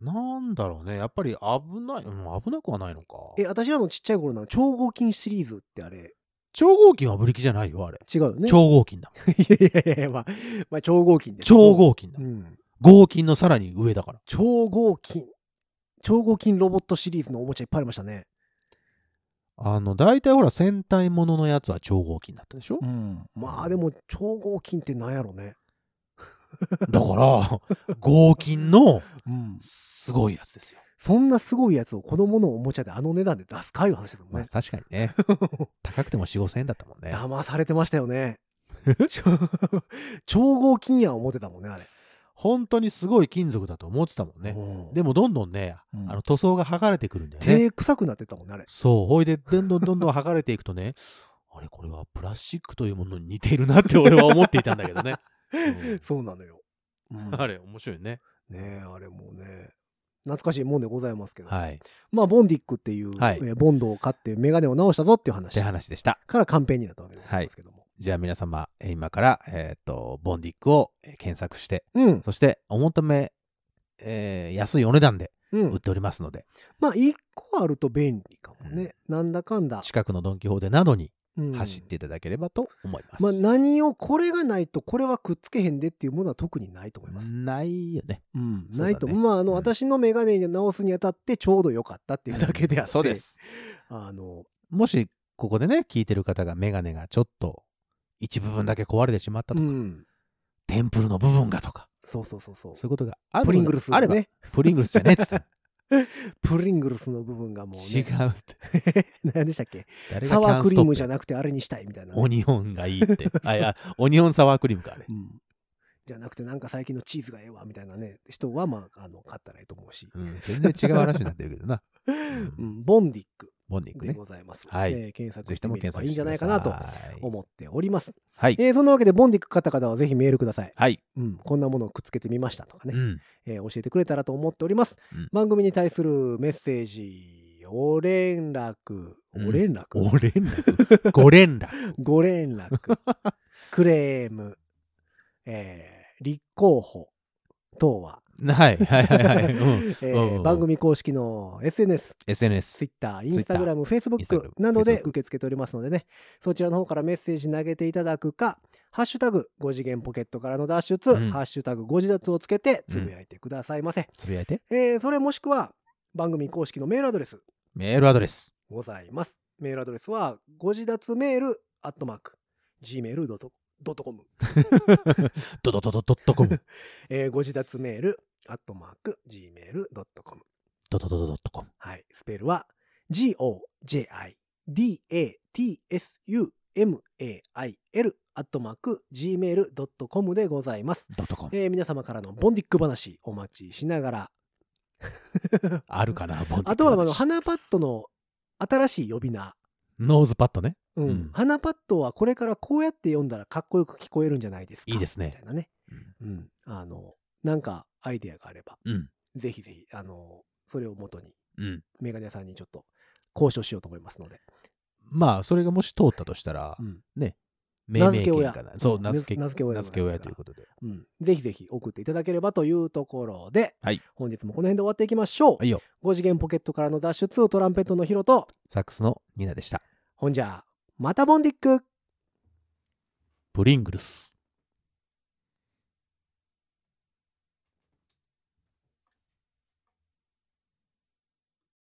C: なんだろうね。やっぱり危ない、うん、危なくはないのか。
B: え、私らのちっちゃい頃な、超合金シリーズってあれ、
C: 超合金はブリキじゃないよ、あれ。
B: 違うよね。
C: 超合金だ。
B: [LAUGHS] いやいやいや、まあ、まあ、超合金ですけど
C: 超合金だ
B: う。ん。
C: 合金のさらに上だから。
B: 超合金。超合金ロボットシリーズのおもちゃいっぱいありましたね。
C: あの、大体ほら、戦隊もののやつは超合金だったでしょ
B: うん。まあでも、超合金ってなんやろね。
C: だから、合金の
B: うん。
C: すごいやつですよ。
B: そんなすごいやつを子供のおもちゃであの値段で出すかいう話だもん
C: まあ
B: ね。
C: 確かに
B: [LAUGHS]
C: ね。高くても4、5千円だったもんね。
B: 騙されてましたよ
C: [LAUGHS]
B: ね。超合金や思ってたもんね、あれ。
C: 本当にすごい金属だと思ってたもんね。
B: うん
C: でもどんどんね、
B: うん
C: あの塗装が剥がれてくるんだよね。
B: 手臭くなってたもんね、あれ。
C: そう。ほいで、どんどんどんどん剥がれていくとね、 [LAUGHS] あれ、これはプラスチックというものに似ているなって俺は思っていたんだけど [LAUGHS] ね。
B: そうなのよ。うん
C: うんあれ、面白いね。
B: ねえ、あれもうね。懐かしいもんでございますけど。
C: はい。っ
B: まあ、ボンディックっていう、
C: はい
B: えーボンドを買ってメガネを直したぞっていう話
C: て話でした。
B: からカンペンになったわけでございますけども。
C: じゃあ皆様、えー今から、えーっと、ボンディックをえー検索して、
B: うん。
C: そして、お求め、えー安いお値段で
B: う
C: 売っ
B: ん。
C: ておりますので、
B: まあ、一個あると便利かもね。なんだかんだ。
C: 近くのドン・キホーテなどに
B: うん
C: 走っていただければと思います。
B: まあ、何をこれがないとこれはくっつけへんでっていうものは特にないと思います。
C: ないよね。
B: うん
C: そうだね
B: ないと思う。まあ、あの、
C: うん
B: 私のメガネに直すにあたってちょうど良かったっていうだけであって。
C: そうで。す。
B: あの、
C: もし、ここでね、聞いてる方がメガネがちょっと一部分だけ壊れてしまったと
B: う
C: か、
B: ん。
C: テンプルの部分がとか、
B: そうそうそうそう
C: そういうことがあるので
B: プリングルスの
C: あれば、
B: ね。
C: プリングルスじゃねえっつって
B: プリングルスの部分 [LAUGHS] がもう、
C: 違
B: ね、
C: うって。
B: 何でしたっけ
C: 誰が
B: サワークリームじゃ
C: な
B: なくてあれにしたいみたいなね、
C: オニオンがい
B: [LAUGHS]
C: いって。あ、いや、オニオンサワークリームか、あれ。
B: うんじゃなくてなんか最近のチーズがええわみたいなね人はまああの買ったらええと思うし、 [LAUGHS]
C: うん、全然違う話になってるけどな。
B: うんん、ボンディック
C: ボンディック
B: で
C: ね。
B: ございます、
C: はい
B: えー検索
C: ぜひ
B: して
C: とも
B: みれ
C: 検
B: ば
C: 索
B: いいん
C: して
B: じゃ
C: く
B: ない
C: ださ
B: かな
C: い。
B: と思っております、
C: はい。
B: えーそんなわけでボンディック買った方はぜひメールください、
C: はい。
B: うん、こんなものをくっつけてみましたとかね、
C: うん。
B: えー教えてくれたらと思っております、
C: うん
B: 番組に対するメッセージお連絡
C: うん
B: お連絡、
C: ご連
B: [LAUGHS]
C: 絡。ご連絡。
B: ご連
C: [LAUGHS]
B: 絡、クレーム、えー立候補等は、
C: はいはいはいはい。うん。
B: えー
C: うんうんうん
B: 番組公式の SNS、
C: SNS。
B: Twitter、
C: Twitter
B: Instagram、
C: Instagram
B: Facebook などで
C: Facebook
B: 受け付けておりますのでね、そちらの方からメッセージ投げていただくか、ハッシュタグ5次元ポケットからの脱出、
C: うん
B: ハッシュタグ5次脱をつけてつぶやいてくださいませ。
C: つぶやいて。
B: えーそれもしくは番組公式のメールアドレス
C: メールアドレス。
B: ございます。メールアドレスは、ご自立メール、アットマーク、gmail.com。
C: ドドドドドットコム。
B: えー、ご自立メール、アットマーク、gmail.com。
C: ドドドドドットコム。
B: はい。スペルは、g-o-j-i-d-a-t-s-u-m-a-i-l、アットマーク、gmail.com でございます。
C: ドットコム。
B: えー、皆様からのボンディック話お待ちしながら、
C: あるかな、ボンディック
B: あとは、あの、鼻パッドの新しい呼び名。
C: ノーズパッドね。
B: うん
C: うん
B: 花パッドはこれからこうやって読んだらかっこよく聞こえるんじゃないですか。
C: いいですね
B: みたいなね。うん。あの、なんかアイデアがあれば、
C: うん。
B: ぜひぜひ、あの、それを元に、
C: うん。
B: メガネ屋さんにちょっと交渉しようと思いますので。
C: まあ、それがもし通ったとしたら
B: う、ん。
C: 命
B: 名
C: 名
B: 付け親
C: 権かな。そう、名付け
B: 名付け親でございま
C: 名
B: す
C: 付け親ということで。
B: うん。ぜひぜひ送っていただければというところで、
C: はい
B: 本日もこの辺で終わっていきましょう。
C: はいよ。
B: 5次元ポケットからの脱出をトランペットのヒロと、
C: サックスのニナでした。
B: ほんじゃ、またボンディック
C: プリングルス。